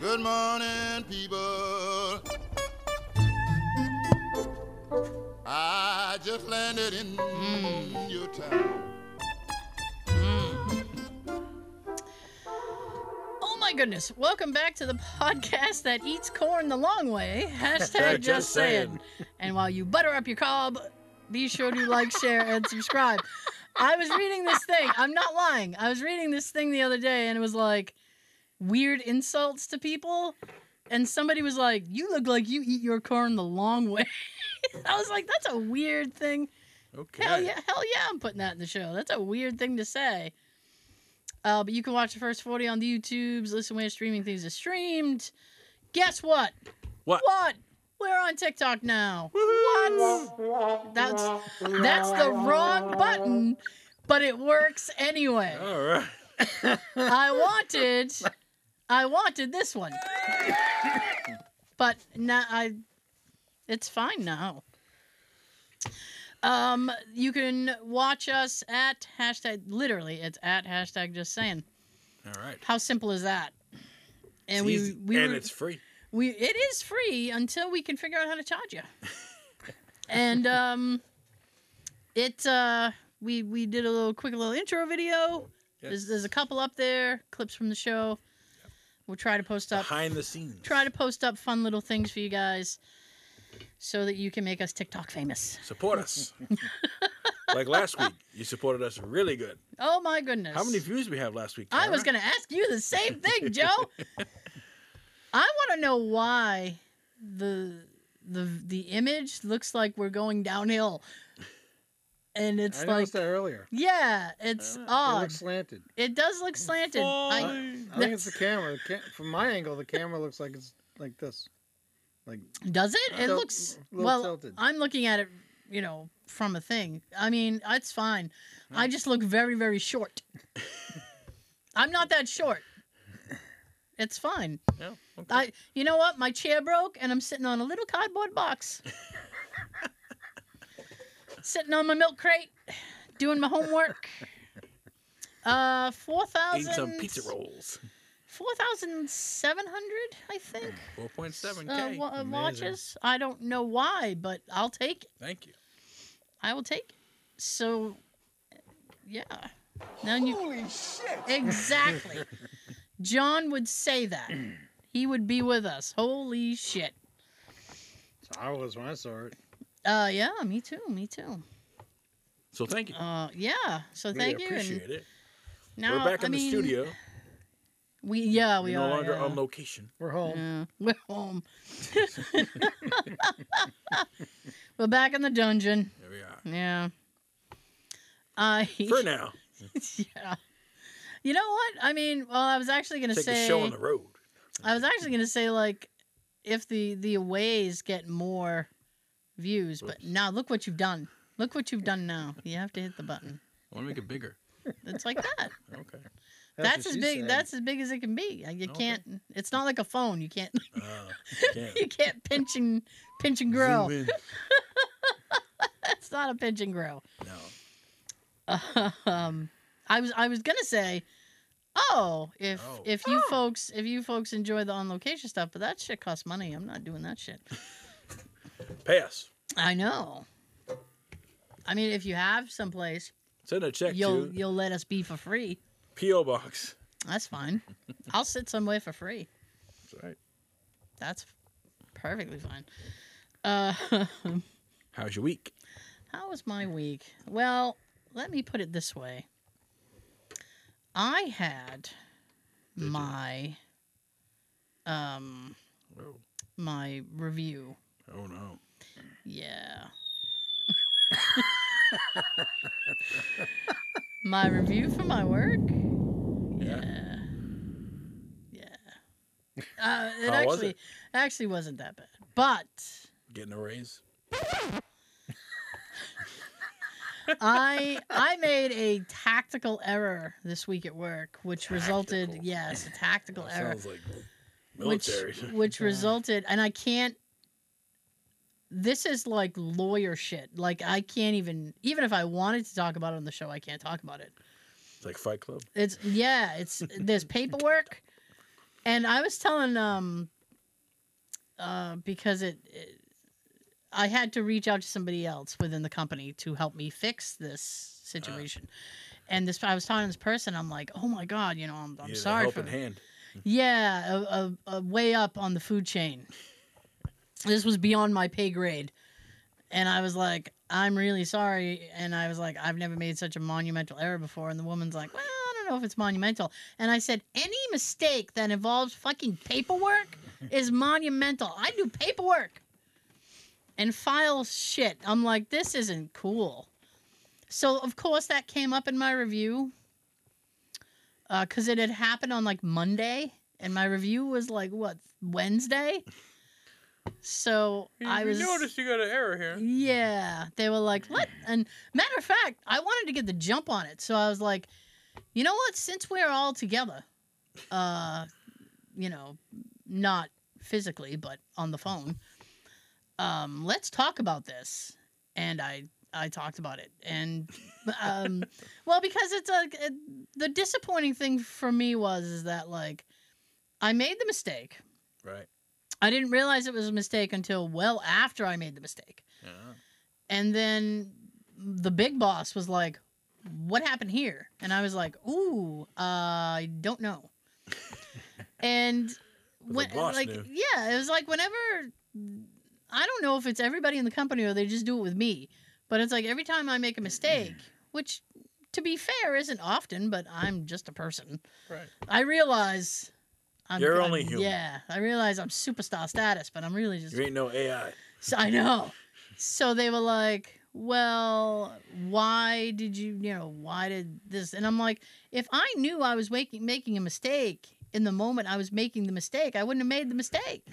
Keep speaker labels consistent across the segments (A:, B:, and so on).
A: Good morning, people. I just landed in your town.
B: Oh my goodness. Welcome back to the podcast that eats corn the long way. Hashtag just saying. And while you butter up your cob, be sure to like, share, and subscribe. I was reading this thing. I'm not lying. I was reading this thing the other day and it was like weird insults to people. And somebody was like, You look like you eat your corn the long way. I was like, That's a weird thing.
C: Okay.
B: Hell yeah, hell yeah, I'm putting that in the show. That's a weird thing to say. Uh, but you can watch the first 40 on the YouTubes, listen when streaming things is streamed. Guess what?
C: What?
B: What? We're on TikTok now. What? That's that's the wrong button, but it works anyway.
C: All right.
B: I wanted, I wanted this one, but now I, it's fine now. Um, you can watch us at hashtag. Literally, it's at hashtag. Just saying.
C: All right.
B: How simple is that? And we
C: Easy.
B: we
C: and
B: were-
C: it's free.
B: we it is free until we can figure out how to charge you. and um, it uh, we we did a little quick little intro video. There's, there's a couple up there, clips from the show. We'll try to post up
C: Behind the scenes.
B: try to post up fun little things for you guys so that you can make us TikTok famous.
C: support us. like last week, you supported us really good.
B: Oh my goodness.
C: How many views we have last week?
B: I was
C: Kyra?
B: going to ask you the same thing, Joe. I want to know why the the the image looks like we're going downhill. And it's
D: I
B: like
D: noticed that earlier.
B: yeah, it's
D: It
B: odd.
D: looks slanted.
B: it does look slanted. I,
D: I think it's the camera. The ca- from my angle, the camera looks like it's like this. Like
B: Does it? It
D: Tilt-
B: looks
D: a little
B: well. uh,
D: tilted.
B: I'm looking at it, you know, from a thing. I mean, it's fine. I just look very, very short. I'm not that short. It's fine.
C: Yeah, okay.
B: I, you know what? My chair broke, and I'm sitting on a little cardboard box, sitting on my milk crate, doing my homework. Uh, four
C: Eat
B: thousand.
C: some pizza rolls.
B: Four thousand seven hundred, I think.
C: 4.7K.
B: uh, wa- uh,
D: Amazing.
B: watches. I don't know why, but I'll take it.
C: Thank you.
B: I will take it. So, yeah. Now you
A: Holy shit!
B: exactly. John would say that. He would be with us. Holy shit.
D: so I was when I saw it.
B: Uh, yeah. Me too. Me too.
C: So thank you.
B: Uh, yeah. So
C: Really
B: thank you. and
C: appreciate it.
B: now
C: We're back
B: I
C: in
B: mean,
C: the studio.
B: We yeah
C: We're
B: we
C: no
B: are
C: longer
B: yeah.
C: on location.
D: We're home.
B: Yeah, we're home. we're back in the dungeon.
C: There we are.
B: Yeah. I
C: For now,
B: yeah. You know what? I mean, well, I was actually gonna
C: take the
B: say,
C: show on the road.
B: I was actually gonna say like, if the the aways get more views, but
C: Whoops.
B: now look what you've done. Look what you've done now. You have to hit the button.
C: I want to make it bigger.
B: It's like that.
C: Okay.
B: That's,
D: what
B: as
D: she
B: big.
D: said.
B: That's as big as it can be. Like, You
C: Okay.
B: can't. It's not like a phone. You can't.
C: Uh, yeah.
B: You can't pinch and pinch and grow.
C: Zoom in.
B: That's not a pinch and grow.
C: No.
B: um, I was I was gonna say, oh, if
C: Oh.
B: if you folks if you folks enjoy the on location stuff, but that shit costs money. I'm not doing that shit.
C: Pass.
B: I know. I mean, if you have someplace,
C: Send a check
B: you'll
C: to
B: you'll let us be for free.
C: P.O. Box.
B: That's fine. I'll sit somewhere for free.
C: That's right.
B: That's perfectly fine. Uh,
C: How's your week?
B: How was my week? Well, let me put it this way. I had
C: you?
B: my um
C: Oh,
B: my review.
C: oh no.
B: Yeah. my review for my work?
C: Yeah.
B: Yeah. Yeah. Uh, it
C: How
B: actually
C: was it?
B: actually wasn't that bad. But
C: Getting a raise.
B: I I made a tactical error this week at work, which resulted
C: Tactical.
B: yes, a tactical
C: That
B: error,
C: sounds like
B: which
C: military.
B: which resulted, and I can't. This is like lawyer shit. Like I can't even even if I wanted to talk about it on the show, I can't talk about it.
C: It's like Fight Club.
B: It's yeah, it's there's paperwork. And I was telling um uh because it, it I had to reach out to somebody else within the company to help me fix this situation. and this I was talking to this person, I'm like, "Oh my god, you know, I'm I'm
C: Yeah, the
B: sorry for
C: helping hand.
B: Yeah, a, a, a way up on the food chain. This was beyond my pay grade. And I was like, I'm really sorry. And I was like, I've never made such a monumental error before. And the woman's like, Well, I don't know if it's monumental. And I said, Any mistake that involves fucking paperwork is monumental. I do paperwork and file shit. I'm like, This isn't cool. So, of course, that came up in my review because it had happened on like Monday, and my review was like what Wednesday. So I was Mm.
C: you got an error here.
B: yeah, they were like let and matter of fact, I wanted to get the jump on it, so I was like, you know what? Since we're all together, uh, you know, not physically but on the phone, um, let's talk about this. And I I talked about it, and um, well, because it's a it, the disappointing thing for me was is that like I made the mistake.
C: Right.
B: I didn't realize it was a mistake until well after I made the mistake.
C: Yeah.
B: And then the big boss was like, "What happened here?" And I was like, "Ooh, uh, I don't know." and
C: the
B: when,
C: boss
B: like,
C: knew.
B: yeah, it was like whenever I don't know if it's everybody in the company or they just do it with me, but it's like every time I make a mistake, which to be fair isn't often, but I'm just a person.
D: Right.
B: I realize. I'm,
C: You're
B: I'm-
C: only human.
B: Yeah, I realize I'm superstar status, but I'm really just
C: You ain't no AI.
B: so I know. So they were like, "Well, why did you, you know, why did this?" And I'm like, "If I knew I was making making a mistake in the moment I was making the mistake, I wouldn't have made the mistake."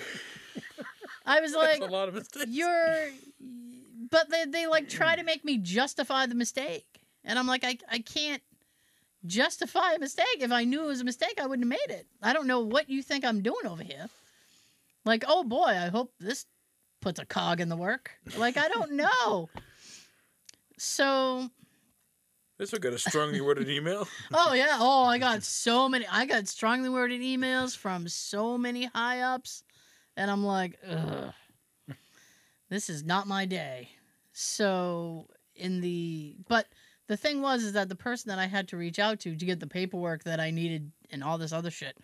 B: I was like,
C: lot of mistakes.
B: "You're," but they they like try to make me justify the mistake, and I'm like, "I I can't." Justify a mistake. If I knew it was a mistake, I wouldn't have made it. I don't know what you think I'm doing over here. Like, oh boy, I hope this puts a cog in the work. Like I don't know. So
C: This would get a strongly worded email.
B: oh yeah, oh I got so many I got strongly worded emails from so many high ups and I'm like, Ugh, this is not my day. So in the but the thing was is that the person that I had to reach out to to get the paperwork that I needed and all this other shit,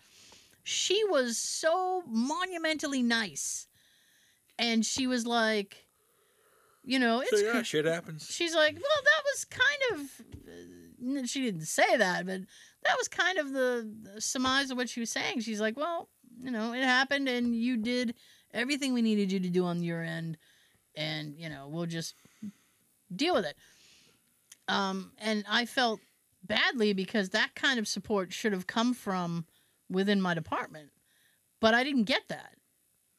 B: she was so monumentally nice. And she was like, you know, it's
C: so yeah,
B: con-
C: shit happens.
B: she's like, well, that was kind of. uh, n- She didn't say that, but that was kind of the the surmise of what she was saying. She's like, well, you know, it happened, and you did everything we needed you to do on your end, and you know, we'll just deal with it. Um, and I felt badly because that kind of support should have come from within my department, but I didn't get that.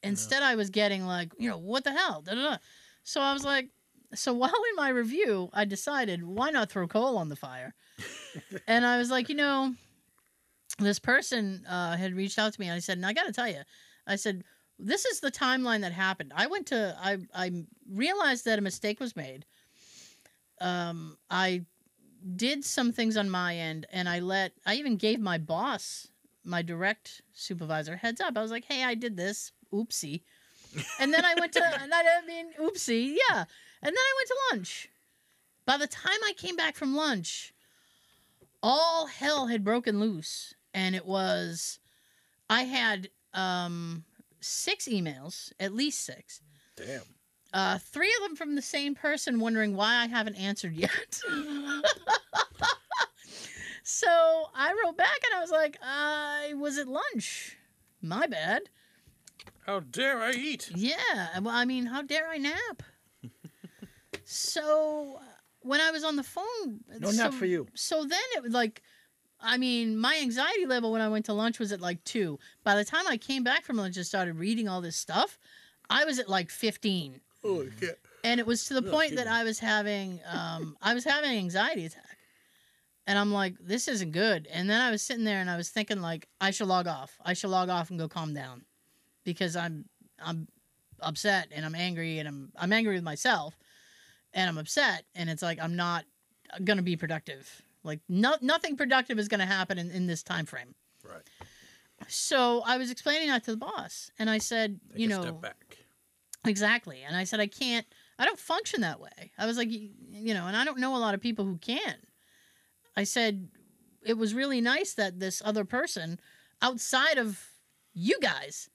B: Instead, I was getting like, you know, what the hell? Da, da, da. So I was like, so while in my review, I decided why not throw coal on the fire, and I was like, you know, this person uh, had reached out to me, and I said, and I got to tell you, I said, this is the timeline that happened. I went to, I, I realized that a mistake was made. Um, I did some things on my end, and I let, I even gave my boss, my direct supervisor, a heads up. I was like, hey, I did this, oopsie, and then I went to, and I I mean, oopsie, yeah. And then I went to lunch. By the time I came back from lunch, all hell had broken loose. And it was, I had um, six emails, at least six.
C: Damn.
B: Uh, three of them from the same person wondering why I haven't answered yet. so I wrote back and I was like, I was at lunch. My bad.
C: How dare I eat?
B: Yeah. Well, I mean, how dare I nap? so uh, when I was on the phone,
D: No
B: so,
D: nap for you.
B: So then it was like, I mean, my anxiety level when I went to lunch was at like two. By the time I came back from lunch and started reading all this stuff, I was at like fifteen,
C: Holy shit.
B: and it was to the
C: Yeah,
B: point
C: keep
B: that
C: it.
B: I was having, um, I was having an anxiety attack. And I'm like, this isn't good. And then I was sitting there and I was thinking, like, I should log off. I should log off and go calm down, because I'm I'm upset and I'm angry and I'm I'm angry with myself and I'm upset and it's like I'm not gonna be productive. Like no, nothing productive is gonna happen in, in this time frame.
C: Right.
B: So I was explaining that to the boss, and I said,
C: Take
B: you
C: a
B: know,
C: step back.
B: Exactly. And I said, I can't, I don't function that way. I was like, y- you know, and I don't know a lot of people who can. I said, it was really nice that this other person outside of you guys,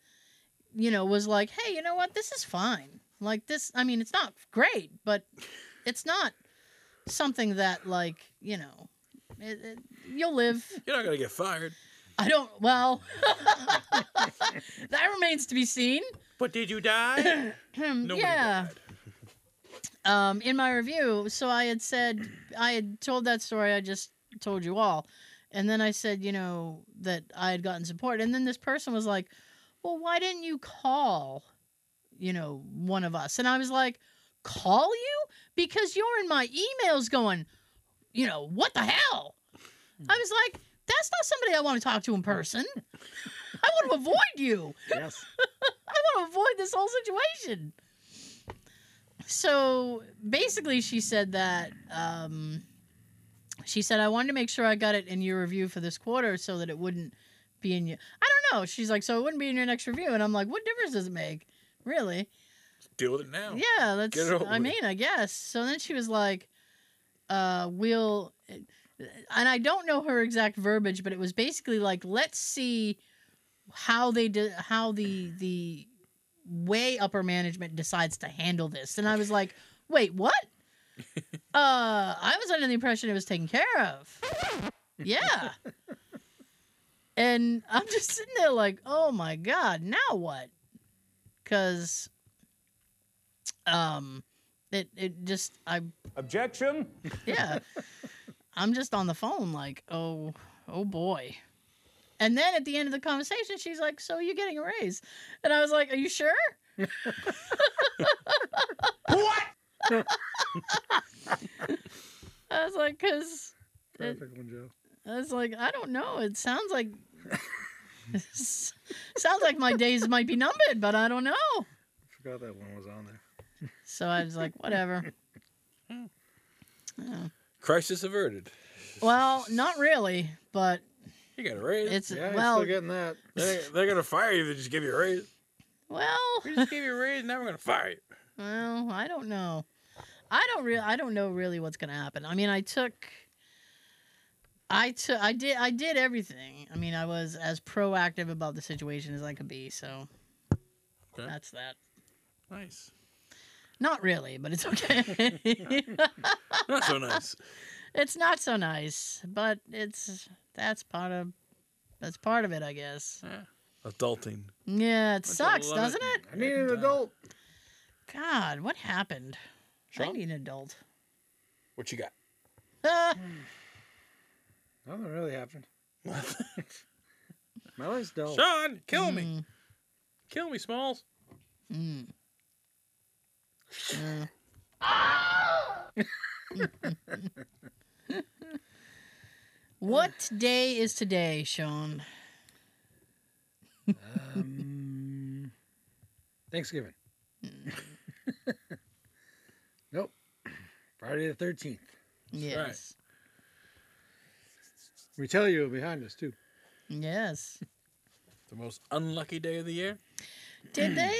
B: you know, was like, hey, you know what? This is fine. Like, this, I mean, it's not great, but it's not something that, like, you know, it, it, you'll live.
C: You're not gonna get fired.
B: I don't, well, that remains to be seen.
C: But did you die? Nobody
B: Hmm, yeah.
C: died.
B: um, in my review. So I had said I had told that story I just told you all, and then I said you know that I had gotten support, and then this person was like, "Well, why didn't you call, you know, one of us?" And I was like, "Call you because you're in my emails going, you know, what the hell?"
C: Hmm.
B: I was like. That's not somebody I want to talk to in person. I want to avoid you.
D: Yes.
B: I want to avoid this whole situation. So basically, she said that. Um, she said, I wanted to make sure I got it in your review for this quarter so that it wouldn't be in your. I don't know. She's like, so it wouldn't be in your next review. And I'm like, what difference does it make? Really?
C: Deal with it now.
B: Yeah, that's.
C: Get it over
B: I
C: with.
B: mean, I guess. So then she was like, uh, "We'll," and I don't know her exact verbiage, but it was basically like, "Let's see how they did, how the the way upper management decides to handle this." And I was like, "Wait, what?" uh, I was under the impression it was taken care of. Yeah. And I'm just sitting there like, oh my god, now what? Because um it it just i
E: Objection?
B: yeah i'm just on the phone like oh oh boy and then at the end of the conversation she's like so you're getting a raise and i was like are you sure what i was like because
D: Perfect one, Joe.
B: i was like i don't know it sounds like sounds like my days might be numbered but i don't know
D: Forgot that one was on there.
B: so i was like whatever Yeah.
C: Crisis averted.
B: well not really but
C: You got a raise.
B: It's
D: Yeah, well,
B: well,
D: still getting that.
C: They, they're gonna fire you if they just give you a raise. We
B: well,
C: just gave you a raise. Now we're gonna fire you.
B: well. I don't know. I don't really. I don't know really what's gonna happen. I mean, I took. I took. I did. I did everything. I mean, I was as proactive about the situation as I could be. So.
C: Okay.
B: That's that.
C: Nice.
B: Not really, but it's okay.
C: Not so nice.
B: it's not so nice, but it's that's part of that's part of it, I guess.
C: Adulting.
B: Yeah, it
C: Don't you
B: sucks,
C: love
B: doesn't it?
D: I need an
C: And, uh,
D: adult.
B: God, what happened? I
C: Sean?
B: need an adult.
C: What you got?
D: Nothing really happened. My life's dull.
C: Sean, kill
D: Mm.
B: Hmm.
C: me. Kill me, Smalls.
B: Mm. Uh. Yeah. what day is today, Sean?
D: Um, Thanksgiving.
B: Mm.
D: nope. Friday the thirteenth.
B: Yes.
D: We tell you behind us too.
B: Yes.
C: The most unlucky day of the year.
B: Did they?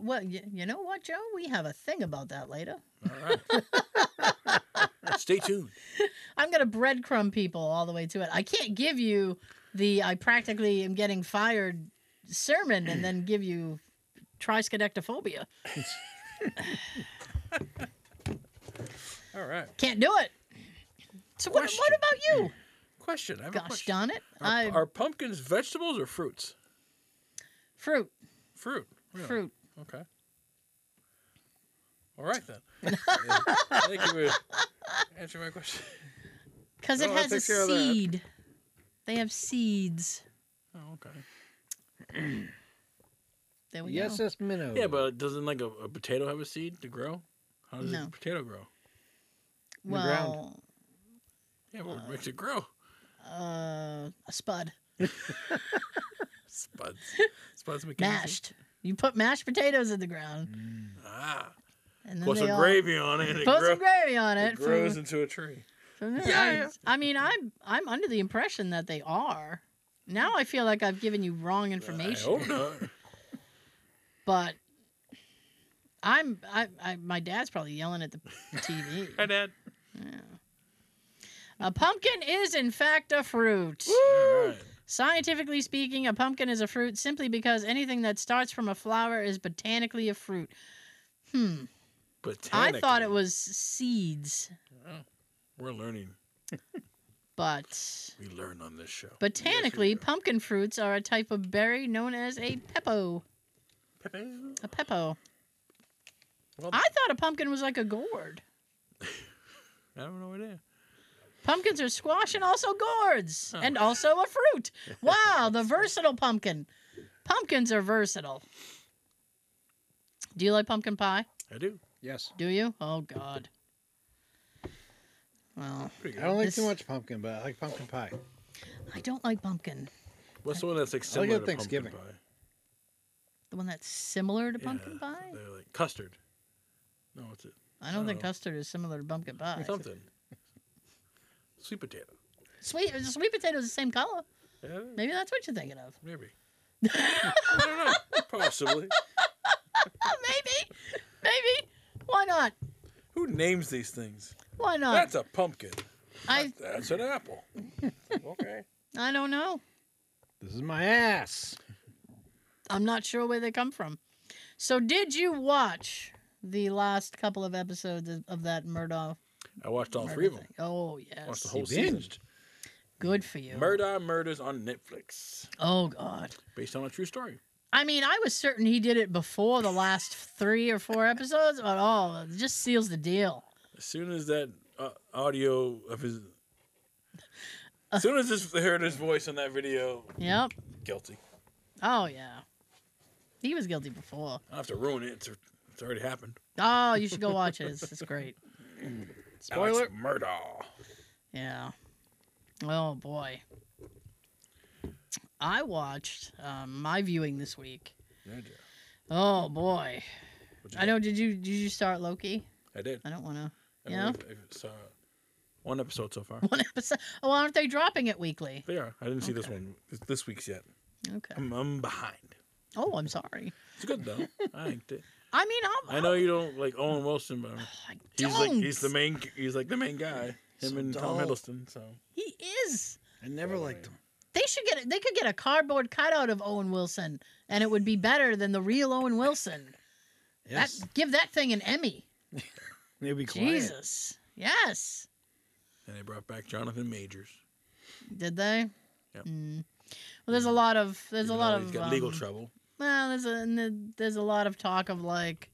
B: Well, you, you know what, Joe? We have a thing about that later.
C: All right. Stay tuned.
B: I'm going to breadcrumb people all the way to it. I can't give you the I practically am getting fired sermon and then give you triskaidectophobia.
C: All right.
B: Can't do it. So what, what
C: Question.
B: about you?
C: Question. I have a
B: Gosh
C: question.
B: darn it. I
C: Are, are pumpkins vegetables or fruits?
B: fruit.
C: Fruit. really?
B: Fruit.
C: Okay. All right then. Yeah. Thank you for answering my question.
B: Because
D: No,
B: it
D: I'll
B: has a
D: take care of that.
B: seed. They have seeds.
C: Oh, okay.
B: There we
D: Yes,
B: go.
D: that's minnow.
B: Oh.
C: Yeah, but doesn't like a, a potato have a seed to grow? How does
B: No.
C: a potato grow?
D: in the ground.
B: Well,
C: Yeah, what makes it grow?
B: uh, a spud.
C: Spuds. Spuds make any sense.
B: Mashed. You put mashed potatoes in the ground.
D: Mm.
C: Ah.
B: And then
C: Put
B: they
C: some
B: all,
C: gravy on it. And it,
B: Put
C: grow-
B: some gravy on
C: it
B: it. from-
C: grows into a tree.
B: from there.
C: Yeah.
B: I, I mean, I'm I'm under the impression that they are. Now I feel like I've given you wrong information.
C: I hope not.
B: but I'm I, I my dad's probably yelling at the TV.
E: Hi, Dad.
B: Yeah. A pumpkin is in fact a fruit.
C: All right.
B: Scientifically speaking, a pumpkin is a fruit simply because anything that starts from a flower is botanically a fruit. Hmm. I thought it
C: Botanically,
B: was seeds,
C: We're learning.
B: but
C: We learn on this show.
B: botanically,
C: Yes,
B: pumpkin fruits are a type of berry known as a pepo.
C: we do.
B: A pepo.
E: Well,
B: I thought a pumpkin was like a gourd.
C: I don't know what it is.
B: Pumpkins are squash and also gourds,
C: Oh.
B: and also a fruit. Wow, the versatile pumpkin. Pumpkins are versatile. Do you like pumpkin pie?
C: I do.
D: Yes.
B: Do you? Oh God. Well,
C: Pretty
D: I
C: good.
D: don't like
B: This-
D: too much pumpkin, but I like pumpkin pie.
B: I don't like pumpkin.
C: What's the one that's like
D: I like
C: similar
D: it
C: to
D: Thanksgiving.
C: pumpkin pie?
B: The one that's similar to pumpkin
C: Yeah,
B: pie?
C: They're like custard. No, what's it?
B: I don't think
C: no.
B: custard is similar to pumpkin pie.
C: Something. Sweet potato.
B: Sweet the sweet potato is the same color.
C: Yeah,
B: Maybe that's what you're thinking of.
C: maybe. I don't know. Possibly.
B: Oh, maybe. Maybe. Why not?
C: Who names these things?
B: Why not?
C: That's a pumpkin.
B: I
C: That's an apple. okay.
B: I don't know.
D: This is my ass.
B: I'm not sure where they come from. So, did you watch the last couple of episodes of- of that Murdoch?
C: I watched all three of them.
B: thing? Oh
C: Watched the
B: yes,
C: whole
D: He
C: season.
D: binged.
B: good for you.
C: Murder Murders on Netflix,
B: Oh God.
C: based on a true story.
B: I mean, I was certain he did it before the last three or four episodes, but oh, it just seals the deal.
C: As soon as that uh, audio of his, as soon as this, heard his voice on that video,
B: Yep.
C: guilty.
B: Oh yeah. He was guilty before.
C: I don't have to ruin it. It's, it's already happened.
B: Oh, you should go watch it. It's, it's great.
C: Alex Murdaugh.
B: Yeah. Oh boy. I watched um, my viewing this week.
C: Yeah, I did.
B: Oh boy.
C: What'd you
B: I
C: think?
B: know. Did you did you start Loki?
C: I did.
B: I don't want to.
C: I
B: Yeah.
C: believe I saw one episode so far.
B: One episode. Oh, aren't they dropping it weekly?
C: They are. I didn't see this
B: Okay.
C: one this- this week's yet.
B: Okay.
C: I'm, I'm behind.
B: Oh, I'm sorry.
C: It's good though. I liked it.
B: I mean, I'm,
C: I know you don't like Owen Wilson, but I'm-
B: I
C: he's like he's the
B: don't.
C: main. He's like the main guy. Him
D: So
C: and Tom
D: dull.
C: Hiddleston. So
B: He is.
D: I never liked him.
B: They should get. a- They could get a cardboard cutout of Owen Wilson, and it would be better than the real Owen Wilson.
D: Yes.
B: That, give that thing an Emmy.
D: Maybe quiet.
B: Jesus. Yes.
C: and they brought back Jonathan Majors.
B: Did they?
C: Yep.
B: Mm. Well, there's a lot of there's
C: even
B: a lot
C: though
B: of
C: he's got legal
B: um,
C: trouble.
B: Well, there's a and the- there's a lot of talk of like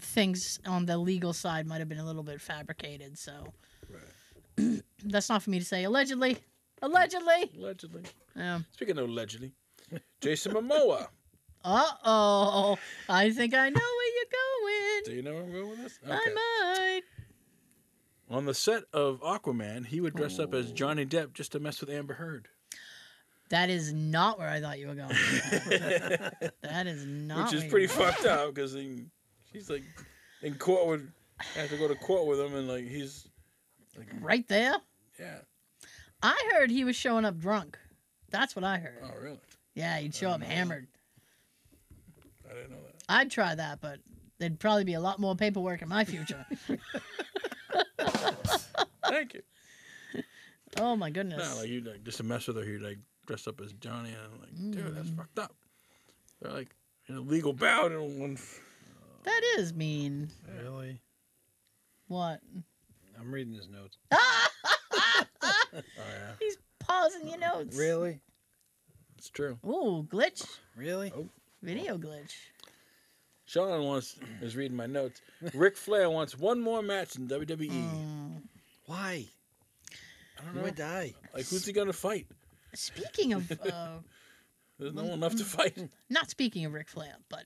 B: things on the legal side might have been a little bit fabricated. So
C: Right.
B: that's not for me to say. Allegedly, allegedly. Um,
C: Allegedly.
B: Yeah.
C: Speaking of allegedly, Jason Momoa.
B: Uh oh. I think I know where you're
C: Do
B: going.
C: you know where I'm going with this?
B: I might.
C: On the set of Aquaman, he would dress up as
B: Oh.
C: Johnny Depp just to mess with Amber Heard.
B: That is not where I thought you were going. that is not.
C: Which is
B: where you
C: pretty
B: were-
C: fucked up because she's like in court with I have to go to court with him and like he's like
B: Right there.
C: yeah
B: I heard he was showing up drunk. That's what I heard.
C: oh really
B: Yeah, he'd show up hammered.
C: I didn't know that
B: I'd try that, but there'd probably be a lot more paperwork in my future.
C: thank you
B: oh my goodness.
C: no like you like just to mess with her he like dressed up as Johnny and I'm like dude that's fucked up they're like in a legal bout and one
B: that is mean.
D: Really?
B: What?
D: I'm reading his notes.
C: oh yeah
B: He's pausing your notes.
D: Really?
C: it's true
B: Ooh, glitch.
D: Really?
B: Video glitch.
C: Sean wants is reading my notes. Ric Flair wants one more match in WWE.
B: Mm.
D: Why?
C: I don't
D: You
C: know.
D: might die.
C: Like who's he gonna fight?
B: Speaking of, uh,
C: There's no one left to fight.
B: not speaking of Ric Flair, but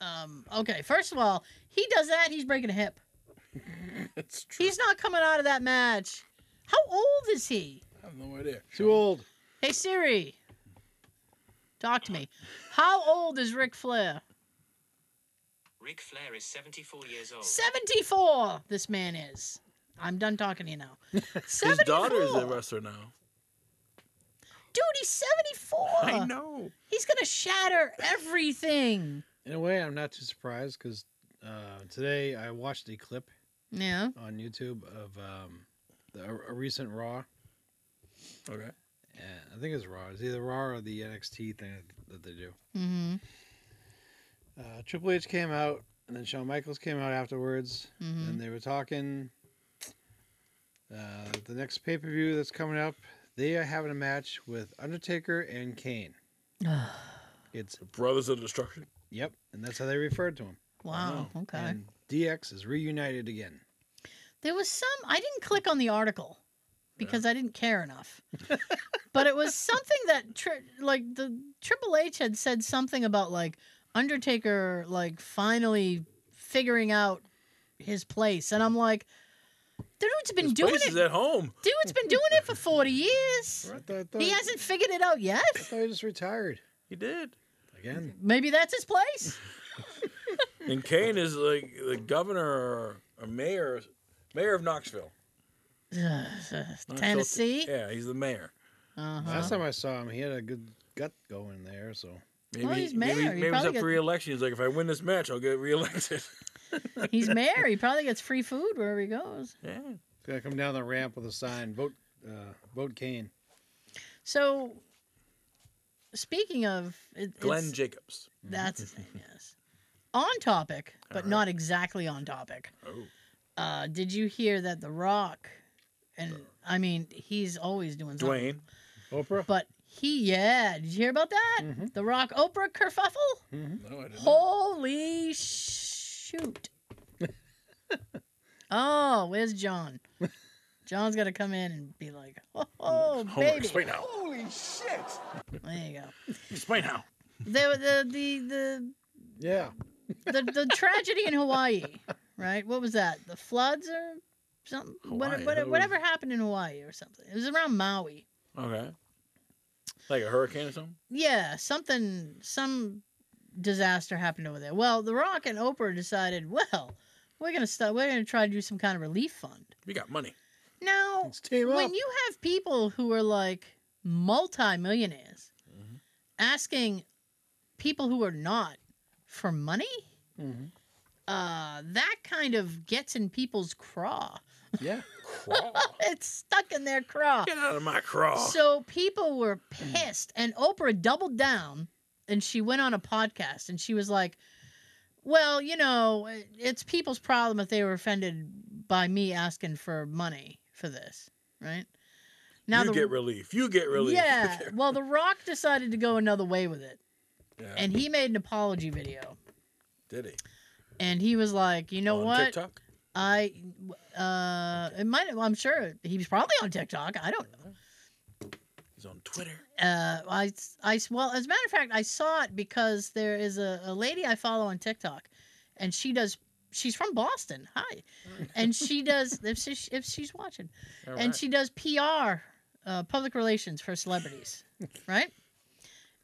B: um, okay. First of all, he does that. He's breaking a hip.
C: That's true.
B: He's not coming out of that match. How old is he?
C: I have no idea.
D: Too old.
B: Hey Siri, talk to me. How old is Ric Flair?
F: Ric Flair is 74 years old.
B: 74 this man is. I'm done talking to you now. 74.
C: His daughter is a wrestler now.
B: Dude, he's 74.
C: I know.
B: He's going to shatter everything.
D: In a way, I'm not too surprised because uh, today I watched a clip
B: Yeah.
D: on YouTube of um, the, a, a recent Raw.
C: Okay.
D: Uh, I think it's Raw. It's either Raw or the NXT thing that they do.
B: Mm-hmm.
D: Uh, Triple H came out, and then Shawn Michaels came out afterwards,
B: Mm-hmm.
D: and they were talking. Uh, the next pay per view that's coming up, they are having a match with Undertaker and Kane. It's
C: The Brothers of Destruction.
D: yep, and that's how they referred to him.
B: wow. Okay.
D: And DX is reunited again.
B: There was some I didn't click on the article because I didn't care enough. but it was something that tri- like the Triple H had said something about like Undertaker like finally figuring out his place and I'm like the dude's been
C: His
B: doing
C: place
B: it
C: is at home.
B: dude's been doing it for 40 years.
D: I thought, I thought,
B: He hasn't figured it out yet.
D: I thought he just retired
C: He did.
D: again.
B: Maybe that's his place.
C: And Kane is like the governor or, or mayor, mayor of Knoxville. Knoxville-
B: Tennessee.
C: Yeah, he's the mayor.
B: Uh-huh.
D: Last time I saw him, he had a good gut going there. So
C: Maybe,
B: Well, he's
C: he-
B: mayor.
C: Maybe,
B: He
C: maybe he's
B: probably
C: up
B: got-
C: for re-election. He's like, if I win this match, I'll get re-elected.
B: He's mayor. He probably gets free food wherever he goes.
C: yeah.
D: he's gonna come down the ramp with a sign, vote, uh, vote Kane.
B: So, speaking of it,
C: Glenn
B: it's-
C: Jacobs.
B: that's his name, yes. On topic, but
C: All right.
B: not exactly on topic.
C: Oh.
B: Uh, did you hear that The Rock, and I mean he's always doing something,
C: Dwayne.
D: Oprah.
B: but he yeah, did you hear about that?
D: Mhm.
B: The Rock Oprah kerfuffle.
C: No, I didn't.
B: Holy shoot. oh, where's John? John's got to come in and be like, oh,
C: Homer,
B: baby.
C: explain how.
B: There you go.
C: Explain how.
B: The, the, the,
D: Yeah.
B: the, the, the tragedy in Hawaii, right? What was that? The floods or something? What,
C: Hawaii,
B: what-
C: that was-
B: whatever happened in Hawaii or something. It was around Maui.
C: Okay. Like a hurricane or something?
B: Yeah, something, some disaster happened over there. Well, The Rock and Oprah decided, well, we're going to start, we're going to try to do some kind of relief fund.
C: We got money.
B: Now,
D: Let's team up.
B: when you have people who are like multi-millionaires
C: Mhm.
B: asking people who are not for money,
D: Mhm.
B: uh, that kind of gets in people's craw.
D: Yeah.
C: Crawl.
B: It's stuck in their craw.
C: Get out of my crawl.
B: So people were pissed, and Oprah doubled down, and she went on a podcast, and she was like, "Well, you know, it- it's people's problem if they were offended by me asking for money for this, right?"
C: you
B: the
C: get relief. You get relief.
B: yeah. Well, The Rock decided to go another way with it,
C: Yeah.
B: and he made an apology video,
C: Did he?
B: and he was like, "You know
C: On
B: what?
C: TikTok?
B: I, uh, it might. I'm sure he was probably on TikTok. I don't know."
C: He's on Twitter.
B: uh, I, I, well, as a matter of fact, I saw it because there is a, a lady I follow on TikTok, and she does. She's from Boston. Hi, and she does. If she, if she's watching,
C: Mm. All
B: and
C: right.
B: she does PR, uh, public relations for celebrities, right?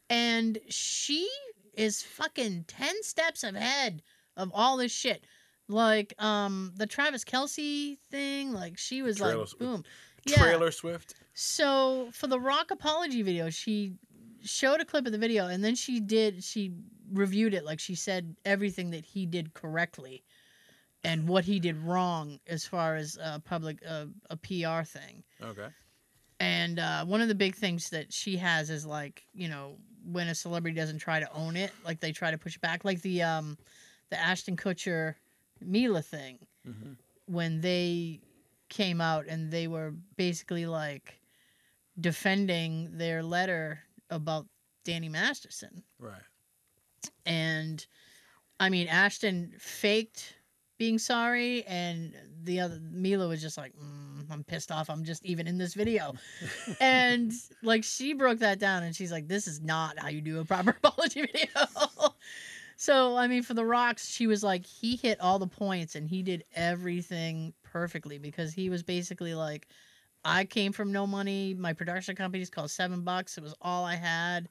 B: And she is fucking ten steps ahead of all this shit. Like um the Travis Kelsey thing, like she was
C: Trailer-
B: like boom.
C: Trailer Swift.
B: So for the rock apology video, she showed a clip of the video and then she did she reviewed it like she said everything that he did correctly and what he did wrong as far as uh, public uh, a PR thing.
C: Okay.
B: And uh, one of the big things that she has is like you know when a celebrity doesn't try to own it, like they try to push back, like the um the Ashton Kutcher Mila thing
C: Mhm.
B: when they came out and they were basically like defending their letter about Danny Masterson.
C: Right.
B: And I mean, Ashton faked being sorry, and the other Mila was just like, mm, I'm pissed off. I'm just even in this video. and like, she broke that down and she's like, This is not how you do a proper apology video. so, I mean, for The Rocks, she was like, He hit all the points and he did everything perfectly because he was basically like, I came from no money. My production company's called Seven Bucks. It was all I had.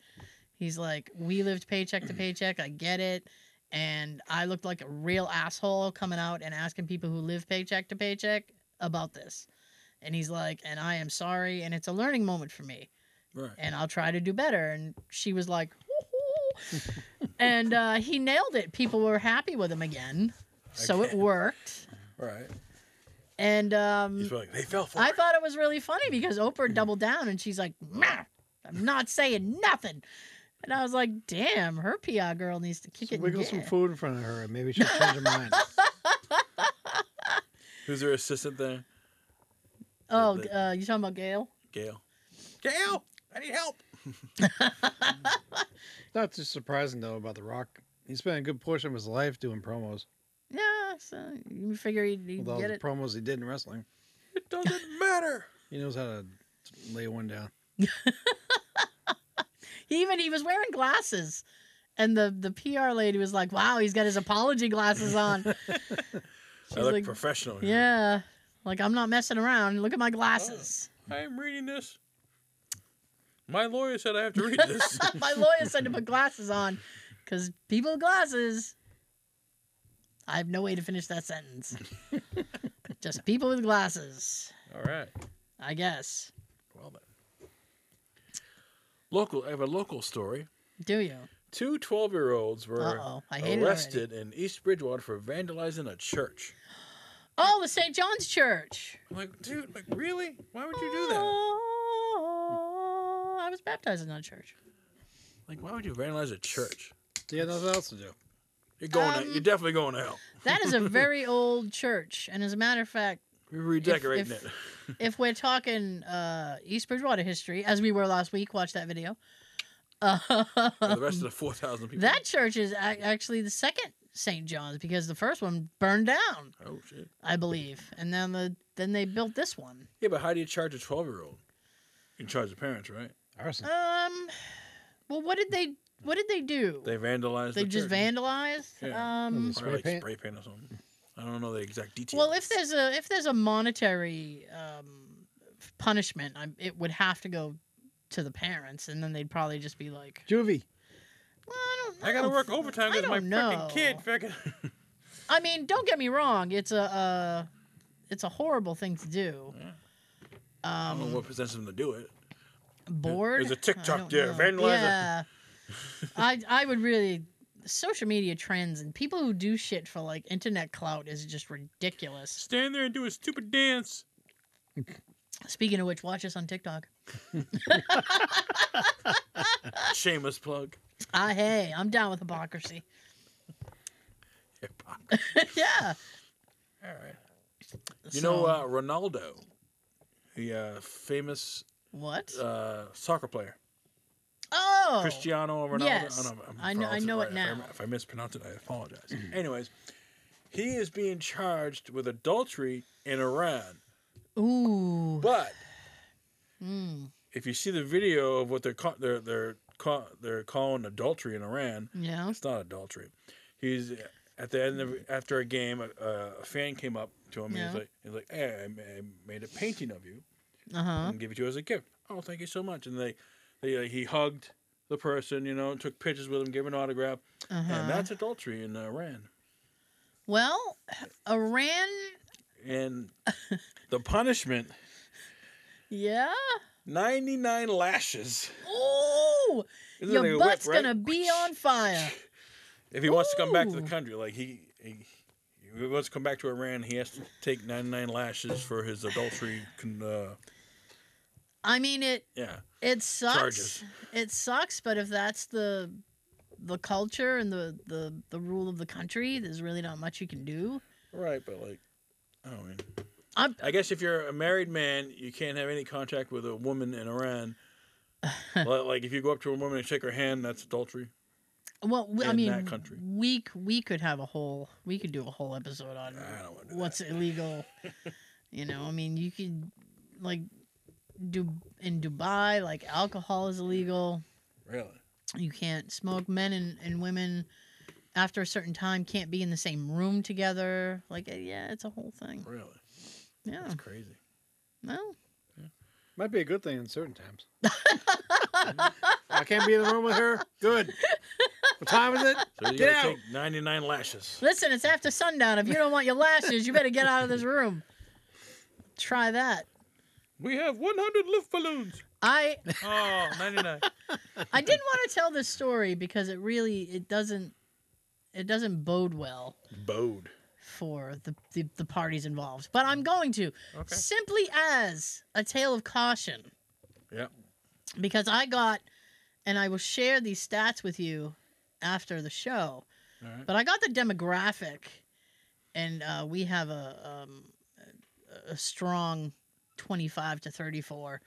B: He's like, we lived paycheck to paycheck. I get it. And I looked like a real asshole coming out and asking people who live paycheck to paycheck about this. And he's like, and I am sorry. And it's a learning moment for me.
C: Right.
B: and I'll try to do better. And she was like, "Woo-hoo." and uh, he nailed it. People were happy with him again. So it
C: Okay.
B: worked.
C: Right.
B: And um,
C: He's like, they fell for
B: I
C: it.
B: thought it was really funny because Oprah doubled down and she's like, "Nah, I'm not saying nothing. And I was like, damn, her PR girl needs to kick
D: Just
B: it.
D: wiggle some food in front of her, and maybe she'll change her mind.
C: Who's her assistant there?
B: Oh, uh, you talking about Gail?
C: Gail. Gail, I need help.
D: Not too surprising though about The Rock. He spent a good portion of his life doing promos.
B: Yeah, so you figure he'd, he'd
D: With all
B: get
D: the
B: it.
D: promos he did in wrestling,
C: It doesn't matter.
D: he knows how to lay one down.
B: He even he was wearing glasses, and the the PR lady was like, "Wow, he's got his apology glasses on." She's
C: I look
B: like,
C: professional. here.
B: "Yeah, like I'm not messing around. Look at my glasses.
C: I am reading this. My lawyer said I have to read this.
B: my lawyer said to put glasses on, because people with glasses." I have no way to finish that sentence. Just people with glasses,
E: All right.
B: I guess.
C: well then. Local. I have a local story.
B: Do you?
C: Two 12 year olds were
B: Uh-oh, I hate it already.
C: arrested in East Bridgewater for vandalizing a church.
B: Oh, the St. John's Church.
C: I'm like, dude, like, really? Why would you do
B: Ah.
C: that?
B: Oh, I was baptized in that church.
C: Like, why would you vandalize a church?
D: He had nothing else to do.
C: You're going
B: Um,
C: to, you're definitely going to hell.
B: That is a very old church. And as a matter of fact,
C: We're redecorating
B: if-
C: it.
B: if we're talking uh, East Bridgewater history, as we were last week, watch that video. Uh,
C: For the rest of the 4,000 people.
B: um, that church is ac- actually the second St. John's because the first one burned down,
C: Oh, shit.
B: I believe. And then the then they built this one.
C: Yeah, but how do you charge a 12 year old? You can charge the parents, right?
D: Arson.
B: Um well what did they what did they do?
C: They vandalized
B: They
C: the
B: just
C: church.
B: vandalized?
C: Yeah.
B: Um
C: Or, like,
D: Spray paint?
C: spray paint or something. I don't know the exact details.
B: Well, if there's a if there's a monetary um, punishment, I, it would have to go to the parents, and then they'd probably just be like,
D: Juvie.
B: well, "I don't."
C: I gotta
B: don't
C: work
B: th-
C: overtime
B: I
C: because my
B: don't know.
C: fucking kid fucking.
B: I mean, don't get me wrong; it's a uh, it's a horrible thing to do.
C: Yeah. I don't know
B: Um,
C: what possessed them to do it.
B: bored.
C: there's a
B: I
C: TikTok
B: don't
C: there,
B: know.
C: vandalize it.
B: Yeah. I I would really social media trends and people who do shit for like internet clout is just ridiculous.
C: Stand there and do a stupid dance.
B: Speaking of which, watch us on TikTok.
C: Shameless plug.
B: Ah, hey, I'm down with hypocrisy.
C: Hypocrisy.
B: yeah.
C: All right. You know
B: So-
C: uh, Ronaldo, the uh, famous
B: What?
C: uh, soccer player,
B: oh,
C: Cristiano Ronaldo.
B: yes.
C: I, don't know if I'm
B: I kn- I
C: pronouncing
B: know it
C: right. If I-
B: now. Mm-hmm.
C: If I, mispronounce it, I apologize. Anyways, he is being charged with adultery in Iran,
B: Ooh.
C: but
B: Mm.
C: if you see the video of what they're ca- they're they're ca- they're calling adultery in Iran,
B: Yeah.
C: it's not adultery. He's at the end of after a game, a, a fan came up to him and
B: Yeah.
C: he's like, he's like, hey, I ma- I made a painting of you
B: Uh huh.
C: and give it to you as a gift. Oh, thank you so much. And they, they like, he hugged the person, you know, took pictures with him, gave an autograph,
B: Uh
C: and
B: huh.
C: that's adultery in uh, Iran.
B: Well, Iran.
C: And the punishment,
B: Yeah.
C: ninety nine lashes.
B: Ooh,
C: Isn't
B: your
C: it like a whip,
B: butt's
C: right?
B: gonna be on fire.
C: If he wants to come back to the
B: Ooh.
C: country, like he, he, if he wants to come back to Iran, he has to take 99 lashes for his adultery. Con, uh,
B: I mean, it
C: yeah,
B: it sucks.
C: Charges.
B: It sucks, but if that's the the culture and the the the rule of the country, there's really not much you can do.
C: right. But like, I don't mean.
B: I'm-
C: I guess if you're a married man, you can't have any contact with a woman in Iran. Li- like if you go up to a woman and shake her hand, that's adultery.
B: Well, we- I
C: In
B: mean,
C: that country.
B: we c- we could have a whole we could do a whole episode on
C: I don't want to.
B: what's illegal. you know, I mean, you could like do in Dubai, like alcohol is illegal.
C: Really?
B: You can't smoke. Men and, and women after a certain time can't be in the same room together. Like, eh, yeah, it's a whole thing.
C: Really?
B: Yeah.
C: That's crazy.
B: Well,
D: Might be a good thing in certain times. I can't be in the room with her. Good. What time is it?
C: So you
D: Get
C: gotta
D: out.
C: take 99 lashes.
B: listen, it's after sundown. If you don't want your lashes, you better get out of this room. Try that.
C: We have 100 lift balloons.
B: I
E: Oh, 99.
B: I didn't want to tell this story because it really it doesn't it doesn't bode well
C: Bode.
B: for the the, the parties involved. But I'm going to
E: Okay.
B: simply as a tale of caution.
C: Yep.
B: Because I got and I will share these stats with you after the show.
C: All right.
B: But I got the demographic, and uh, we have a, um, a a strong 25 to 34